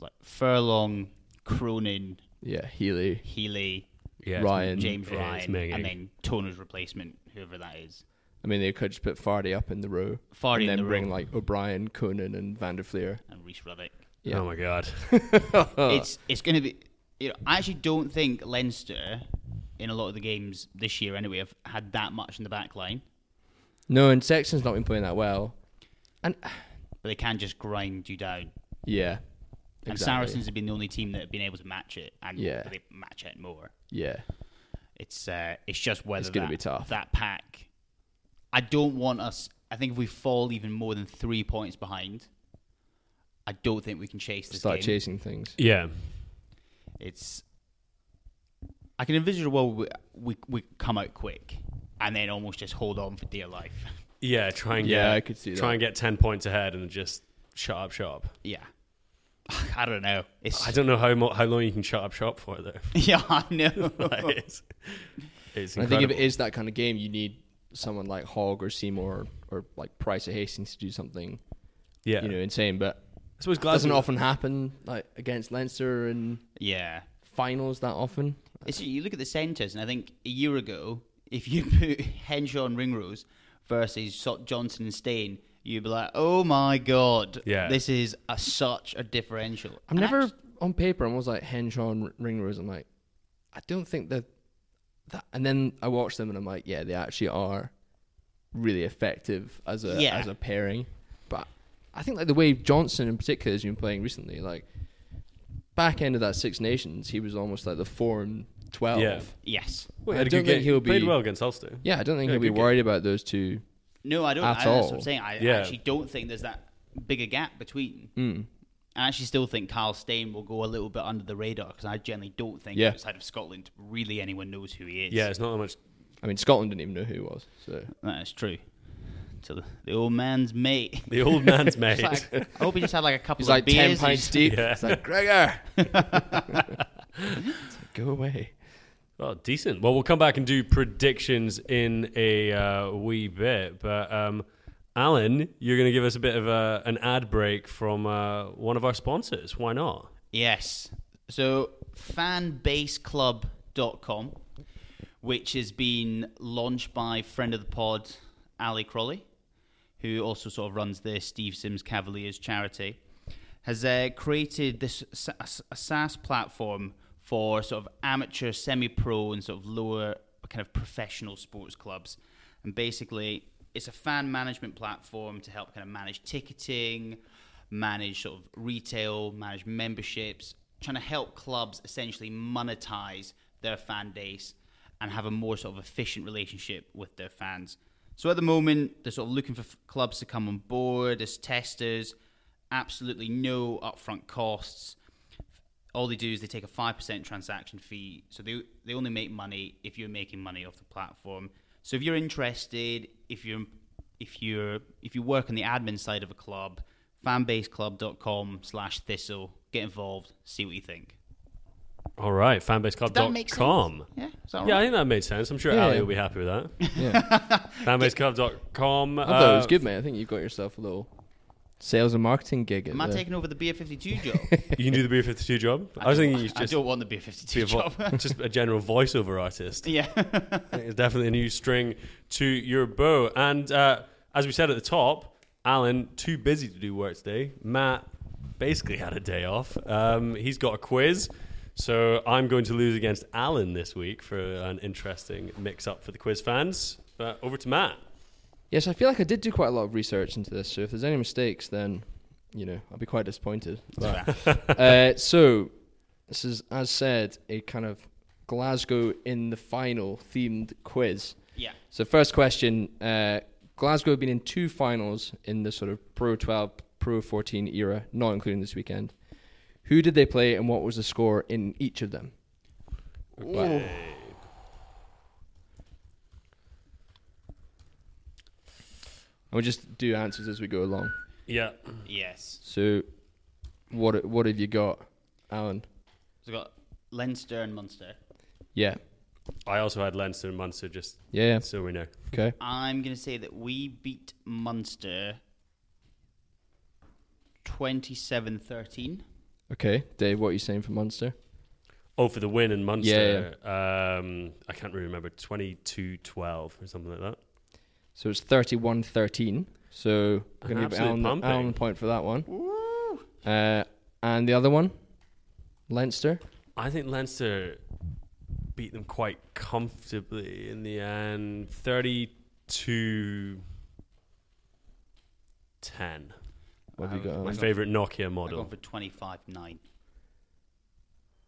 S3: like Furlong, Cronin,
S2: Yeah. Healy.
S3: Healy,
S1: Yeah,
S2: Ryan.
S3: James
S1: it's
S3: Ryan,
S1: Mengi.
S3: and then Toner's replacement, whoever that is.
S2: I mean, they could just put Fardy up in the row.
S3: Vardy in
S2: and then
S3: the row.
S2: bring like O'Brien, Conan, and Van der Fleer.
S3: and Reese Ruddock.
S2: Yeah.
S1: Oh my
S2: [LAUGHS]
S1: god.
S3: It's it's going to be. You know, I actually don't think Leinster, in a lot of the games this year anyway, have had that much in the back line,
S2: No, and Sexton's not been playing that well. And
S3: but they can just grind you down.
S2: yeah,
S3: And
S2: Exactly.
S3: Saracens have been the only team that have been able to match it, and
S2: Yeah.
S3: they match it more.
S2: yeah,
S3: It's uh, it's just whether
S2: gonna
S3: that,
S2: be tough.
S3: that pack. I don't want us. I think if we fall even more than three points behind, I don't think we can chase this
S2: start
S3: game.
S2: chasing things.
S1: yeah.
S3: It's. I can envision a world where we we come out quick, and then almost just hold on for dear life. [LAUGHS]
S1: Yeah, try and
S2: Yeah,
S1: get
S2: I could see
S1: try
S2: that.
S1: and get ten points ahead and just shut up shop.
S3: yeah. [SIGHS] I don't know. It's
S1: I don't know how mo- how long you can shut up shop for though.
S3: [LAUGHS]
S1: [LAUGHS]
S3: yeah, I know.
S1: Like,
S2: [LAUGHS]
S1: it's, it's
S2: And I think if
S1: incredible.
S2: it is that kind of game, you need someone like Hogg or Seymour or, or like Price or Hastings to do something
S1: yeah.
S2: you know insane. But
S1: I suppose
S2: that doesn't
S1: Glasgow-
S2: often happen like against Leinster and
S3: yeah.
S2: finals that often.
S3: It's, you look at the centres, and I think a year ago, if you [LAUGHS] put Henshaw and Ringrose versus So- Johnson and Stain, you'd be like, "Oh my god,
S1: Yeah.
S3: this is a, such a differential."
S2: I'm
S3: And
S2: never
S3: actu-
S2: on paper. I'm always like Henshaw and R- Ringrose. I'm like, I don't think that, that. And then I watch them and I'm like, yeah, they actually are really effective as a
S3: Yeah.
S2: as a pairing. But I think like the way Johnson in particular has been playing recently, like back end of that Six Nations, he was almost like the four and twelve.
S1: Yeah.
S3: yes,
S2: I
S1: Had a
S2: don't
S1: good
S2: think
S1: game.
S2: he'll
S1: played
S2: be-
S1: well against Ulster.
S2: Yeah, I don't think
S1: Yeah,
S2: he'll be
S1: good game.
S2: worried about those two.
S3: no, I don't.
S2: At
S3: I, that's what
S2: all.
S3: I'm saying. I
S1: Yeah.
S3: actually don't think there's that big a gap between.
S2: Hmm.
S3: I actually still think Carl Stain will go a little bit under the radar because I generally don't think
S2: Yeah.
S3: outside of Scotland really anyone knows who he is.
S1: Yeah, it's not that much.
S2: I mean, Scotland didn't even know who he was. So
S3: that is true. So the, the old man's mate.
S1: The old
S2: [LAUGHS]
S1: man's
S3: It's
S1: mate.
S3: like- I hope he just had like a couple
S2: he's
S3: of
S2: like
S3: beers.
S2: ten
S3: and
S2: pints
S3: he's-
S2: deep.
S1: [LAUGHS] Yeah.
S2: It's like Gregor, [LAUGHS] It's like, go
S3: [LAUGHS]
S2: away.
S1: Well, Oh, decent. Well, we'll come back and do predictions in a uh, wee bit. But um, Alan, you're going to give us a bit of a, an ad break from uh, one of our sponsors. Why not?
S3: Yes. So fanbaseclub.com, which has been launched by friend of the pod, Ali Crawley, who also sort of runs the Steve Sims Cavaliers charity, has uh, created this s- a s- a SaaS platform for sort of amateur, semi-pro, and sort of lower kind of professional sports clubs, and basically it's a fan management platform to help kind of manage ticketing, manage sort of retail, manage memberships, trying to help clubs essentially monetize their fan base and have a more sort of efficient relationship with their fans. So at the moment, they're sort of looking for f- clubs to come on board as testers, absolutely no upfront costs. All they do is they take a 5% transaction fee. So they, they only make money if you're making money off the platform. So if you're interested, if you're if you're if you work on the admin side of a club, fanbaseclub.com slash thistle, get involved, see what you think.
S1: All right,
S3: that make sense?
S1: fanbaseclub.com.
S3: Yeah, is that all
S1: Yeah, I
S3: right?
S1: think that made sense. I'm sure
S2: Yeah.
S1: Ali will be happy with that. [LAUGHS] Fanbaseclub.com.
S2: I thought it was
S1: Uh,
S2: good, mate. I think you got yourself a little sales and marketing gig. At
S3: Am I
S2: the-
S3: taking over the beer 52 job? [LAUGHS]
S1: You can do the Beer 52 job. I, was thinking you should
S3: I
S1: just
S3: don't want the beer
S1: be
S3: 52
S1: a vo-
S3: job.
S1: [LAUGHS] just a general voiceover artist.
S3: yeah.
S1: It's definitely a new string to your bow. And uh, as we said at the top, Alan too busy to do work today. Matt basically had a day off. Um, he's got a quiz, so I'm going to lose against Alan this week for an interesting mix-up for the quiz fans. But over to Matt.
S2: Yes, I feel like I did do quite a lot of research into this. So if there's any mistakes, then you know I'll be quite disappointed. But, [LAUGHS] uh, so this is, as said, a kind of Glasgow in the final themed quiz.
S3: Yeah.
S2: So first question: uh, Glasgow have been in two finals in the sort of Pro 12, Pro 14 era, not including this weekend. Who did they play, and what was the score in each of them? And we'll just do answers as we go along.
S1: Yeah,
S3: Yes.
S2: So, what what have you got, Alan?
S3: So we've got Leinster and Munster.
S2: Yeah,
S1: I also had Leinster and Munster. Just
S2: yeah,
S1: so we know.
S2: okay.
S3: I'm going to say that we beat Munster 27 13.
S2: Okay, Dave, what are you saying for Munster?
S1: Oh, for the win in Munster. Um, I can't really remember. 22-12 or something like that.
S2: So it's 31 13. So I'm going to give
S1: absolute
S2: Alan,
S1: pumping.
S2: Alan a point for that one. Uh, and the other one, Leinster.
S1: I think Leinster beat them quite comfortably in the end 32 10.
S2: What have you
S3: Um, Oh.
S2: got?
S1: My
S2: Alan?
S1: favourite Nokia
S3: I've gone
S1: model.
S3: for 25-9.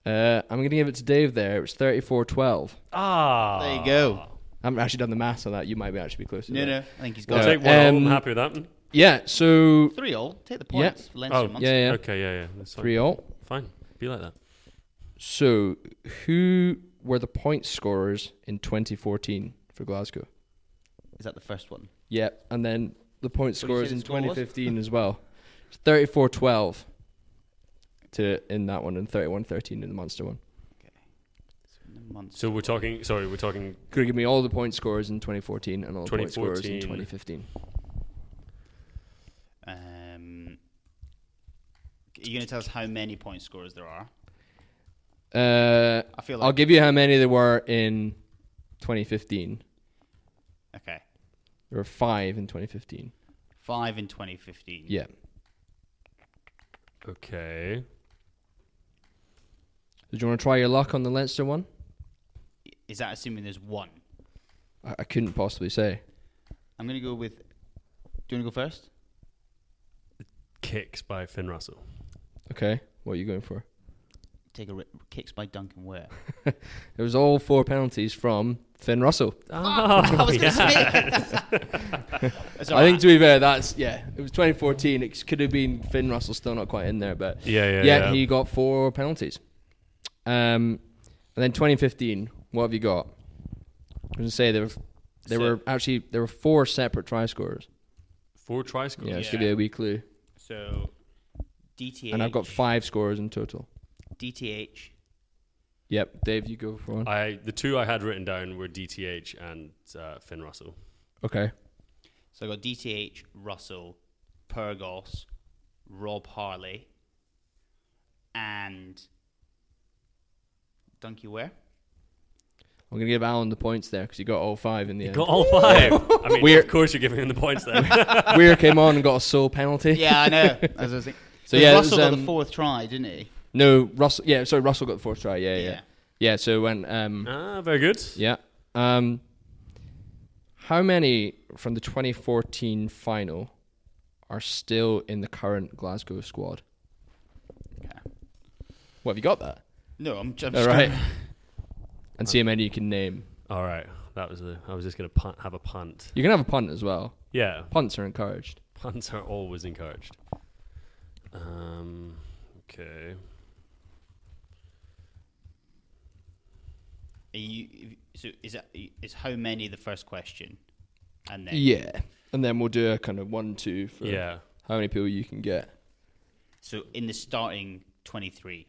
S2: Uh, I'm going to give it to Dave there. It was 34 12.
S1: Ah.
S3: There you go.
S2: I haven't actually done the maths on that. You might be actually be closer. to
S3: No,
S2: that.
S3: no, I think he's
S1: I'll
S3: got
S1: take
S3: it.
S1: one. all. I'm
S2: Um,
S1: happy with that. one.
S2: Yeah, so.
S3: three all. Take the
S2: Yeah.
S3: points. Leinster
S1: Oh,
S3: Munster.
S2: Yeah, oh. yeah.
S1: Okay, yeah, yeah. That's fine.
S2: 3 0.
S1: Fine. Be like that.
S2: So, who were the point scorers in 2014 for Glasgow?
S3: Is that the first one?
S2: Yeah, and then the point
S3: What did you
S2: scorers
S3: say
S2: in
S3: the score was?
S2: 2015 as well. 34 12 to in that one and 31 13 in the Munster one.
S3: Munster.
S1: So we're talking, sorry, we're talking
S2: Could have given me all the point scorers in 2014 and all the point scorers in
S1: 2014.
S2: 2015.
S3: Um, are you going to tell us how many point scorers there are?
S2: Uh,
S3: I feel
S2: I'll
S3: like-
S2: give you how many there were in 2015.
S3: Okay,
S2: There were five in 2015.
S3: five in 2015.
S2: Yeah.
S1: Okay.
S2: Did you want to try your luck on the Leinster one?
S3: Is that assuming there's one?
S2: I, I couldn't possibly say.
S3: I'm going to go with. Do you want to go first?
S1: Kicks by Finn Russell.
S2: Okay, what are you going for?
S3: Take a ri- kicks by Duncan [LAUGHS] Ware.
S2: It was all four penalties from Finn Russell.
S3: [LAUGHS]
S1: Oh,
S3: I was going to
S1: [LAUGHS]
S2: I think to be fair, that's yeah. It was 2014. It could have been Finn Russell still not quite in there, but
S1: Yeah, yeah, yeah.
S2: he got four penalties. Um, and then 2015. What have you got? I was gonna say there were there were actually there were four separate try scorers.
S1: Four try scores.
S2: Yeah, just give you a wee clue.
S3: So, DTH.
S2: And I've got five scorers in total.
S3: DTH.
S2: Yep, Dave, you go for one.
S1: I the two I had written down were DTH and uh, Finn Russell.
S2: Okay,
S3: So I got DTH, Russell, Pergos, Rob Harley, and Dunky Ware.
S2: I'm gonna give Alan the points there because he got all five in the end.
S1: Got all five. I mean,
S2: We're-
S1: of course you're giving him the points
S2: [LAUGHS]
S1: then.
S2: Weir came on and got a sole penalty.
S3: Yeah, I know. [LAUGHS] As I was thinking.
S2: So yeah, it
S3: Russell
S2: was,
S3: got
S2: um,
S3: the fourth try, didn't he?
S2: [LAUGHS] No, Russell. Yeah, sorry, Russell got the fourth try. Yeah, yeah, yeah.
S3: Yeah.
S2: so when um,
S1: ah, very good.
S2: yeah, um, how many from the 2014 final are still in the current Glasgow squad?
S3: Okay.
S2: What have you got that?
S3: No, I'm just.
S2: All right, and see how many you can name.
S1: All right, that was the. I was just gonna punt, have a punt.
S2: You can have a punt as well.
S1: Yeah,
S2: Punts are encouraged.
S1: punts are always encouraged. Um, okay.
S3: Are you, so is that is how many the first question, and then
S2: Yeah, and then we'll do a kind of one two for
S1: Yeah.
S2: how many people you can get
S3: so in the starting twenty three.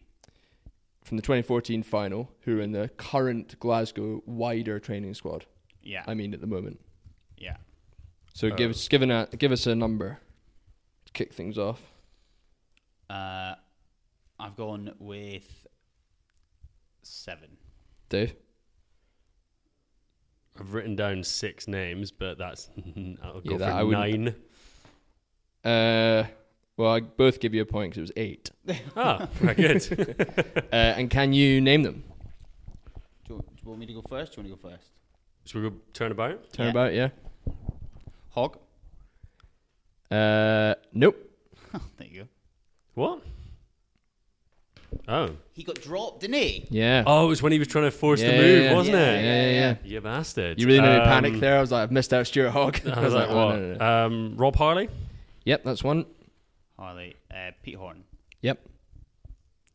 S2: from the 2014 final who are in the current Glasgow wider training squad.
S3: Yeah.
S2: I mean, at the moment.
S3: yeah.
S2: So give us given a give us a number to kick things off.
S3: Uh, I've gone with seven.
S2: Dave.
S1: I've written down six names, but that's [LAUGHS] I'll go
S2: Yeah, that
S1: for
S2: I wouldn't-
S1: nine.
S2: Uh, well, I both give you a point because it was eight.
S1: Ah, very good. [LAUGHS]
S2: Uh, and can you name them?
S3: Do you, do you want me to go first? Do you want to go first?
S1: Should we go turn about?
S2: Turn about, yeah.
S3: Hog.
S2: Uh, nope.
S3: [LAUGHS] there you go.
S1: What? Oh.
S3: He got dropped, didn't he?
S2: Yeah.
S1: Oh, it was when he was trying to force
S2: Yeah,
S1: the move,
S2: yeah,
S1: wasn't
S2: yeah,
S1: it?
S2: yeah, yeah, yeah.
S1: You bastard.
S2: You really made me
S1: Um,
S2: panic there. I was like, I've missed out Stuart Hogg.
S1: [LAUGHS]
S2: [LAUGHS]
S1: I was like,
S2: oh,
S1: what?
S2: no, no, no.
S1: Um, Rob Harley,
S2: Yep, that's one.
S3: Harley. Uh, Pete Horn.
S2: Yep.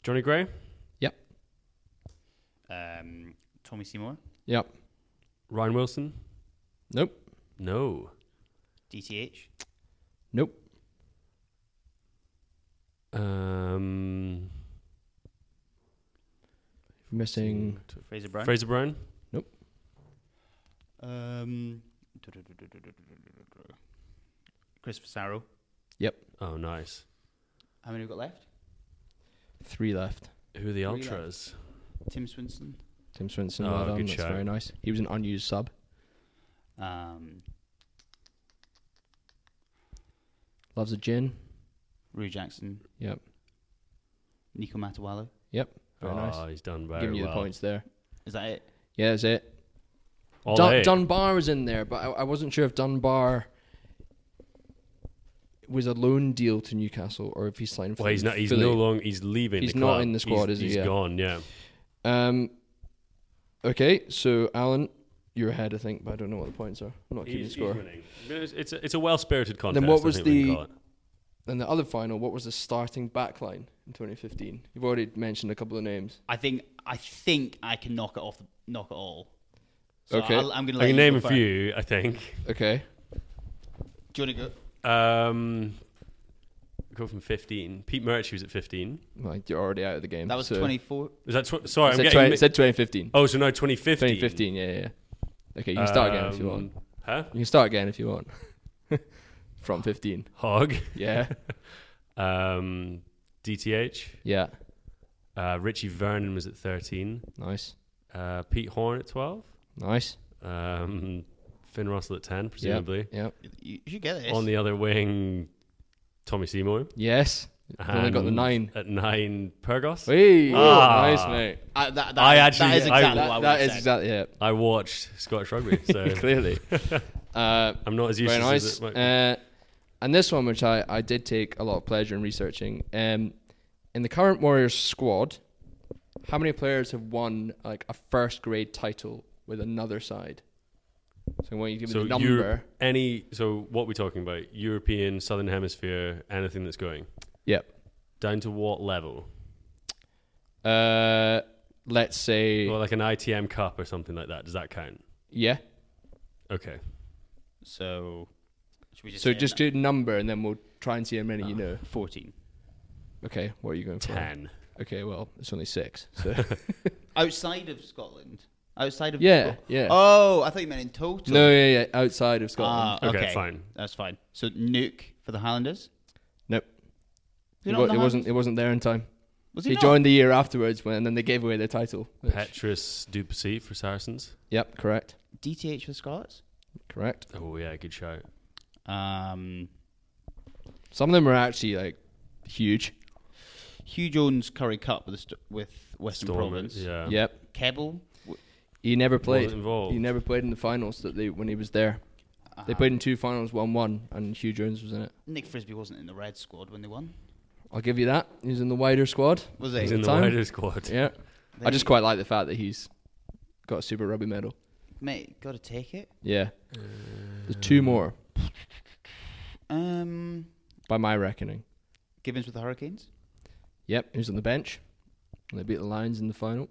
S1: Johnny Gray,
S2: Yep.
S3: Um, Tommy Seymour.
S2: Yep.
S1: Ryan Wilson.
S2: Nope.
S1: No.
S3: DTH.
S2: Nope.
S1: Um,
S2: Missing.
S3: Fraser Brown.
S1: Fraser Brown.
S2: Nope.
S3: um, Christopher Sarrow.
S2: Yep.
S1: Oh, nice.
S3: How many have we got left?
S2: Three left.
S1: Who are the ultras?
S3: Tim Swinson.
S2: Tim Swinson.
S1: Oh,
S2: well done.
S1: good
S2: That's
S1: shout.
S2: very nice. He was an unused sub.
S3: Um,
S2: Loves a gin.
S3: Rue Jackson,
S2: Yep.
S3: Nico Matawalu.
S2: Yep. Very
S1: oh,
S2: nice.
S1: he's done very
S2: Giving you
S1: well.
S2: the points there.
S3: Is that it?
S2: Yeah, that's it.
S1: All
S2: Dun-
S1: day.
S2: Dunbar was in there, but I, I wasn't sure if Dunbar was a loan deal to Newcastle or if he's signed for.
S1: Well, he's not. He's
S2: Philly.
S1: no longer. He's leaving.
S2: He's
S1: the
S2: not
S1: club.
S2: in the squad,
S1: He's-
S2: is he?
S1: He's
S2: Yeah.
S1: gone. Yeah.
S2: Um. Okay, so Alan, you're ahead, I think, but I don't know what the points are. I'm not keeping score.
S1: It's, it's a, it's a well-spirited contest.
S2: what
S1: I
S2: was
S1: think we can
S2: the-
S1: call it.
S2: And the other final, what was the starting back line in 2015? You've already mentioned a couple of names.
S3: I think I think I can knock it off. The, knock it all. So
S2: Okay.
S3: I'll, I'm gonna.
S1: I
S3: Let
S1: can
S3: you
S1: name
S3: go
S1: a
S3: first.
S1: few. I think.
S2: Okay.
S3: Do you want to go?
S1: Um, go from fifteen. Pete Murch was at fifteen.
S2: Well, you're already out of the game.
S3: That was
S2: so-
S3: 24.
S1: Is that tw- sorry?
S2: I
S1: I'm
S2: said,
S1: getting.
S2: 20,
S1: mi-
S2: said 2015.
S1: oh, so no, twenty fifteen. Um,
S2: 2015, yeah, yeah, yeah. Okay, you can start again if you want.
S1: Huh?
S2: You can start again if you want. [LAUGHS] From 15.
S1: Hog. [LAUGHS]
S2: Yeah.
S1: Um, DTH.
S2: Yeah.
S1: Uh, Richie Vernon was at thirteen.
S2: Nice.
S1: Uh, Pete Horn at twelve.
S2: Nice.
S1: Um, Finn Russell at ten,
S2: Yeah.
S1: presumably.
S2: Yep.
S3: You, you should get this.
S1: On the other wing, Tommy Seymour.
S2: Yes. You've Only got the
S1: And
S2: nine.
S1: At nine, Pergos.
S2: Hey.
S1: Ah.
S2: Nice, mate.
S3: I, Uh, that, that,
S1: I actually-
S3: that is
S1: I-
S3: exactly what I
S2: That,
S3: would
S2: that
S3: have
S2: is
S3: said.
S2: exactly yeah.
S1: I watched Scottish
S2: [LAUGHS]
S1: rugby, so
S2: Clearly. uh,
S1: I'm not as used
S2: very
S1: to
S2: nice.
S1: it. might be.
S2: Uh, and this one, which I, I did take a lot of pleasure in researching, um, in the current Warriors squad, how many players have won like a first grade title with another side? So when you give me
S1: so
S2: the
S1: Euro-
S2: number,
S1: any so what we're talking about European Southern Hemisphere anything that's going
S2: yep.
S1: down to what level?
S2: Uh, let's say
S1: Well, like an ITM Cup or something like that. Does that count?
S2: yeah.
S1: Okay.
S3: So, should we just
S2: So
S3: say
S2: just
S3: that?
S2: do number, and then we'll try and see how many you know.
S3: 14.
S2: Okay, what are you going for?
S1: Ah. Ten.
S2: Okay, well it's only six.
S1: [LAUGHS]
S2: So
S3: Outside of Scotland? Outside of
S2: Yeah,
S3: Scot-
S2: yeah.
S3: Oh, I thought you meant in total.
S2: no, yeah, yeah. Outside of
S3: Ah,
S2: Scotland,
S1: Okay, fine.
S3: That's fine. So Nuke for the Highlanders.
S2: nope.
S3: You're not
S2: It, wa-
S3: on the
S2: it wasn't.
S3: Highlanders?
S2: It wasn't there in time.
S3: Was
S2: he
S3: not?
S2: joined the year afterwards when and then they gave away their title. which-
S1: Petrus Duplessis for Saracens.
S2: Yep, correct.
S3: DTH for Scots.
S2: Correct.
S1: Oh yeah, good shout.
S3: Um,
S2: Some of them are actually like huge.
S3: Hugh Jones Curry Cup with the st- with Western
S1: Dormant.
S3: Province.
S1: Yeah.
S2: Yep.
S3: Kebble. w-
S2: He never played.
S1: Oh. involved.
S2: He never played in the finals that they when he was there. They played in two finals, one one, and Hugh Jones was in it.
S3: Nick Frisby wasn't in the red squad when they won.
S2: I'll give you that. He was in the wider squad.
S3: Was he?
S1: He's in the
S2: Time?
S1: wider squad.
S2: Yeah. I just quite like the fact that he's got a Super Rugby medal.
S3: Mate, gotta take it.
S2: Yeah. There's two more
S3: Um,
S2: by my reckoning.
S3: Gibbons with the Hurricanes.
S2: Yep, he was on the bench. And they beat the Lions in the final.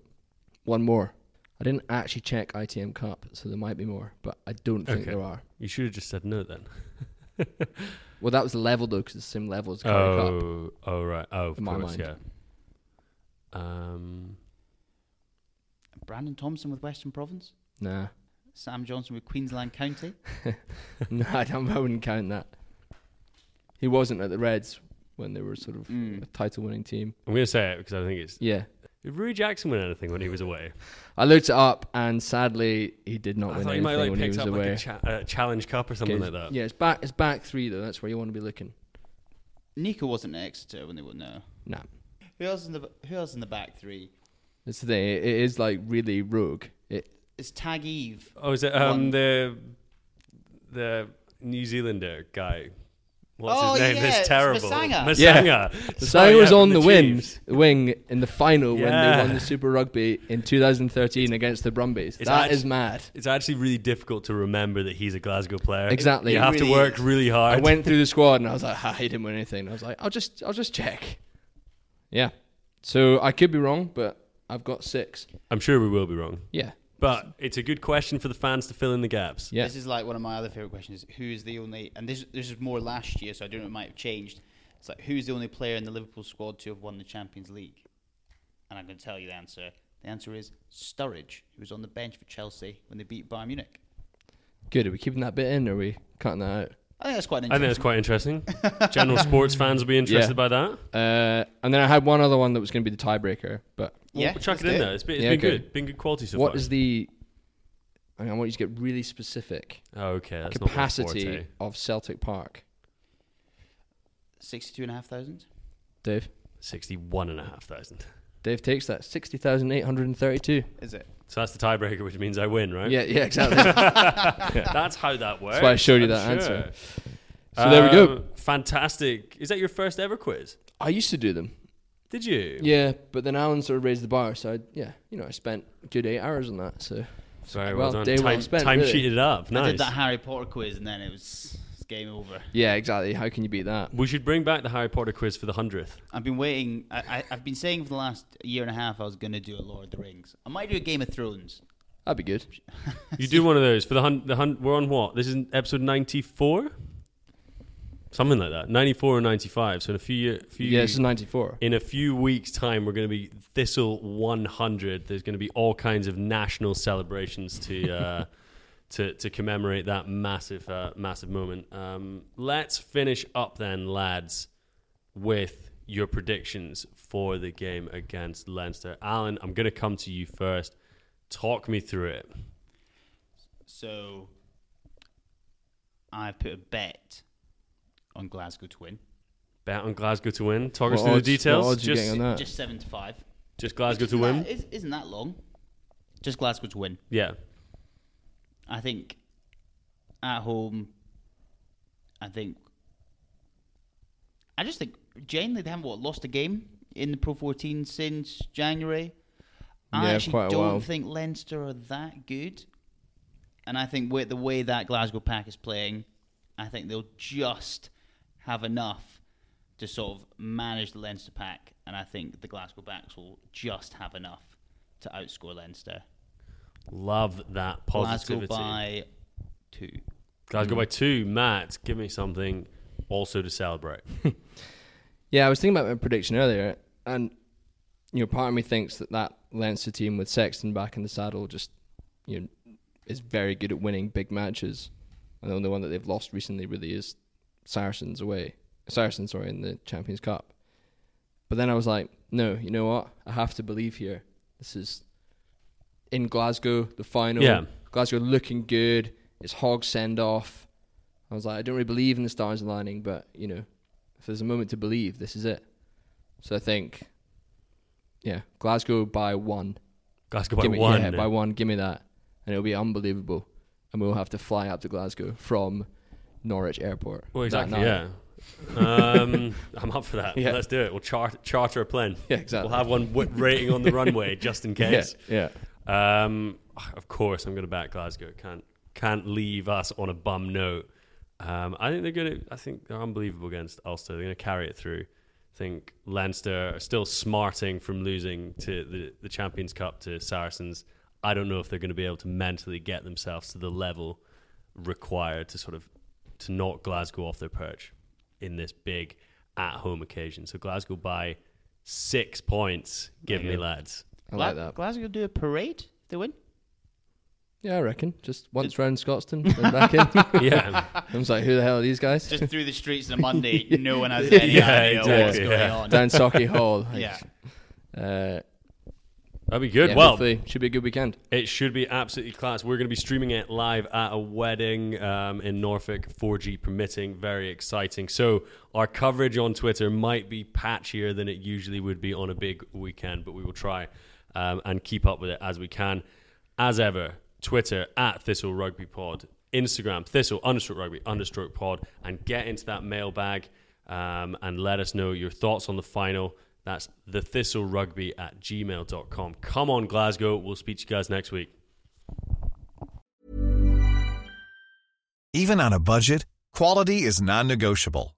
S2: One more. I didn't actually check ITM Cup, so there might be more, but I don't think
S1: Okay.
S2: there are.
S1: You should have just said no then.
S2: Well, that was the level though, because it's the same level as Curry Cup.
S1: Oh, oh right. Oh, of
S2: In my
S1: course, yeah.
S2: mind.
S1: Um,
S3: Brandon Thompson with Western Province.
S2: Nah, [LAUGHS]
S3: Sam Johnson with Queensland County.
S2: nah, I, don't, I wouldn't count that. He wasn't at the Reds when they were sort of
S1: Hmm.
S2: a title-winning team.
S1: I'm gonna say it because I think it's.
S2: Yeah,
S1: Did Rui Jackson win anything when he was away?
S2: I looked it up, and sadly, he did not
S1: I
S2: win
S1: thought he
S2: anything
S1: might have, like
S2: when he
S1: picked up
S2: was away.
S1: like a cha- uh, challenge cup or something
S2: Okay,
S1: like that.
S2: Yeah, it's back. It's back three though. That's where you want to be looking.
S3: Nico wasn't at Exeter when they won. No.
S2: Nah,
S3: Who else in the Who else in the back three?
S2: it's the thing. It, it is like really rogue. It
S3: It's Tag Eve.
S1: Oh, is it um
S3: One.
S1: the the New Zealander guy? What's
S3: Oh,
S1: his name?
S3: yeah,
S1: It's
S3: it's
S1: terrible.
S3: Masanga.
S2: [LAUGHS]
S1: Masanga.
S2: The
S1: Sorry,
S2: Sang was
S1: yeah,
S2: on the,
S1: from
S2: win,
S1: Chiefs.
S2: wing in the final when they
S1: Yeah.
S2: won the Super Rugby in 2013 against the Brumbies. That
S1: it's
S2: is
S1: act-
S2: mad.
S1: It's actually really difficult to remember that he's a Glasgow player.
S2: Exactly.
S1: You
S2: It
S1: have
S2: really
S1: to work
S2: is.
S1: really hard.
S2: I went through
S1: [LAUGHS]
S2: the squad and I was like, ah, he didn't win anything. I was like, I'll just, I'll just check. Yeah. So I could be wrong, but I've got six.
S1: I'm sure we will be wrong,
S2: Yeah.
S1: but it's a good question for the fans to fill in the gaps.
S2: Yeah.
S3: This is like one of my other favorite questions. Who is the only? And this this is more last year, so I don't know. It might have changed. It's like who's the only player in the Liverpool squad to have won the Champions League? And I'm going to tell you the answer. The answer is Sturridge, who was on the bench for Chelsea when they beat Bayern Munich.
S2: Good. Are we keeping that bit in? Or are we cutting that
S3: I think that's quite an
S1: I think that's
S3: interesting.
S1: quite interesting. General sports fans will be interested by
S2: Yeah.
S1: that.
S2: out? Uh, and then I had one other one that was going to be the tiebreaker, but
S3: yeah,
S1: we'll chuck it
S3: let's
S1: in
S3: do
S1: there. It's been, it's
S2: Yeah,
S1: been
S2: okay.
S1: good. Been good quality so
S2: what
S1: far.
S2: is the? I, mean, I want you to get really specific.
S1: oh, okay? That's not my
S2: capacity
S1: forte.
S2: of Celtic Park.
S3: Sixty-two and a half thousand.
S2: Dave.
S1: Sixty-one and a half thousand.
S2: Dave takes that. 60,832.
S3: Is it?
S1: So that's the tiebreaker, which means I win, right?
S2: Yeah, yeah, exactly.
S1: [LAUGHS] That's how that works.
S2: That's why I showed you that answer. So there we go.
S1: Um, Fantastic. Is that your first ever quiz?
S2: I used to do them.
S1: Did you?
S2: Yeah, but then Alan sort of raised the bar, so I, yeah, you know, I spent a good eight hours on that. So
S1: Very well,
S2: Well,
S1: done.
S2: day
S1: Time,
S2: well spent,
S1: time
S2: really.
S1: sheeted up.
S3: I
S1: Nice.
S3: did that Harry Potter quiz, and then it was it's game over.
S2: yeah, exactly. How can you beat that?
S1: We should bring back the Harry Potter quiz for
S3: [LAUGHS]
S1: the hundredth.
S3: I've been waiting. I, I, I've been saying for the last year and a half I was going to do a Lord of the Rings. I might do a Game of Thrones.
S2: That'd be good.
S1: You do one of those for the hun- the hun- We're on what? This is episode ninety four, something like that. Ninety four or ninety five. So in a few year, few
S2: yeah, this is ninety four.
S1: in a few weeks' time, we're going to be Thistle 100. There's going to be all kinds of national celebrations to
S2: [LAUGHS]
S1: uh, to, to commemorate that massive uh, massive moment. Um, let's finish up then, lads, with your predictions for the game against Leinster. Alan, I'm going to come to you first. Talk me through it.
S3: So I put a bet on Glasgow to win.
S1: Bet on Glasgow to win. Talk us
S2: What
S1: through
S2: odds-
S1: the details.
S2: what odds you
S1: just,
S2: getting on that?
S3: Just seven to five.
S1: just Uh. Glasgow to
S3: Isn't
S1: win.
S3: that- is- isn't that long? Just Glasgow to win.
S1: yeah.
S3: I think at home. I think. I just think genuinely they haven't what, lost a game in the Pro 14 since January. I
S2: Yeah,
S3: actually
S2: quite a
S3: don't
S2: while.
S3: think Leinster are that good, and I think with the way that Glasgow Pack is playing, I think they'll just have enough to sort of manage the Leinster Pack, and I think the Glasgow Backs will just have enough to outscore Leinster.
S1: Love that positivity.
S3: Glasgow by two.
S1: Glasgow
S2: Hmm.
S1: by two. Matt, give me something also to celebrate.
S2: Yeah, I was thinking about my prediction earlier, and you know, part of me thinks that that Leinster team with Sexton back in the saddle just you know is very good at winning big matches, and the only one that they've lost recently really is Saracens away, Saracens sorry in the Champions Cup. But then I was like, no, you know what? I have to believe here. This is in Glasgow, the final.
S1: Yeah.
S2: Glasgow looking good. It's Hog send off. I was like, I don't really believe in the stars aligning, but you know, if there's a moment to believe, this is it. So I think, yeah, Glasgow by one.
S1: Glasgow by
S2: Give me-
S1: one.
S2: Yeah, by one. Give me that, and it'll be unbelievable. And we'll have to fly up to Glasgow from Norwich Airport.
S1: Well,
S2: that
S1: exactly.
S2: night.
S1: Yeah. um, [LAUGHS] I'm up for that.
S2: Yeah.
S1: Let's do it. We'll char- charter a plane.
S2: Yeah, exactly.
S1: We'll have one w- rating on the runway just in
S2: [LAUGHS] Yeah,
S1: case.
S2: yeah.
S1: Um, of course, I'm going to back Glasgow. Can't can't leave us on a bum note. Um, I think they're going to. I think they're unbelievable against Ulster. They're going to carry it through. I think Leinster are still smarting from losing to the, the Champions Cup to Saracens. I don't know if they're going to be able to mentally get themselves to the level required to sort of to knock Glasgow off their perch in this big at home occasion. So Glasgow by six points. Give me lads.
S2: I
S3: Gla-
S2: like that.
S3: Glasgow do a parade. if They win.
S2: Yeah, I reckon. Just once round Scotstoun, then back in. [LAUGHS]
S1: Yeah.
S2: I was like, who the hell are these guys?
S3: Just through the streets on a Monday, no one has any
S1: [LAUGHS] Yeah,
S3: idea what's
S1: exactly,
S3: going
S1: yeah.
S3: on.
S2: Down Socky Hall.
S3: Yeah.
S2: Uh,
S1: That'd be good.
S2: yeah,
S1: well,
S2: hopefully should be a good weekend.
S1: it should be absolutely class. We're going to be streaming it live at a wedding um, in Norfolk, 4G permitting. Very exciting. So, our coverage on Twitter might be patchier than it usually would be on a big weekend, but we will try um, and keep up with it as we can. As ever, Twitter at Thistle Rugby Pod, Instagram Thistle understroke rugby understroke pod, and get into that mailbag um, and let us know your thoughts on the final. That's the thistle rugby at gmail.com. Come on, Glasgow. We'll speak to you guys next week.
S6: Even on a budget, quality is non-negotiable.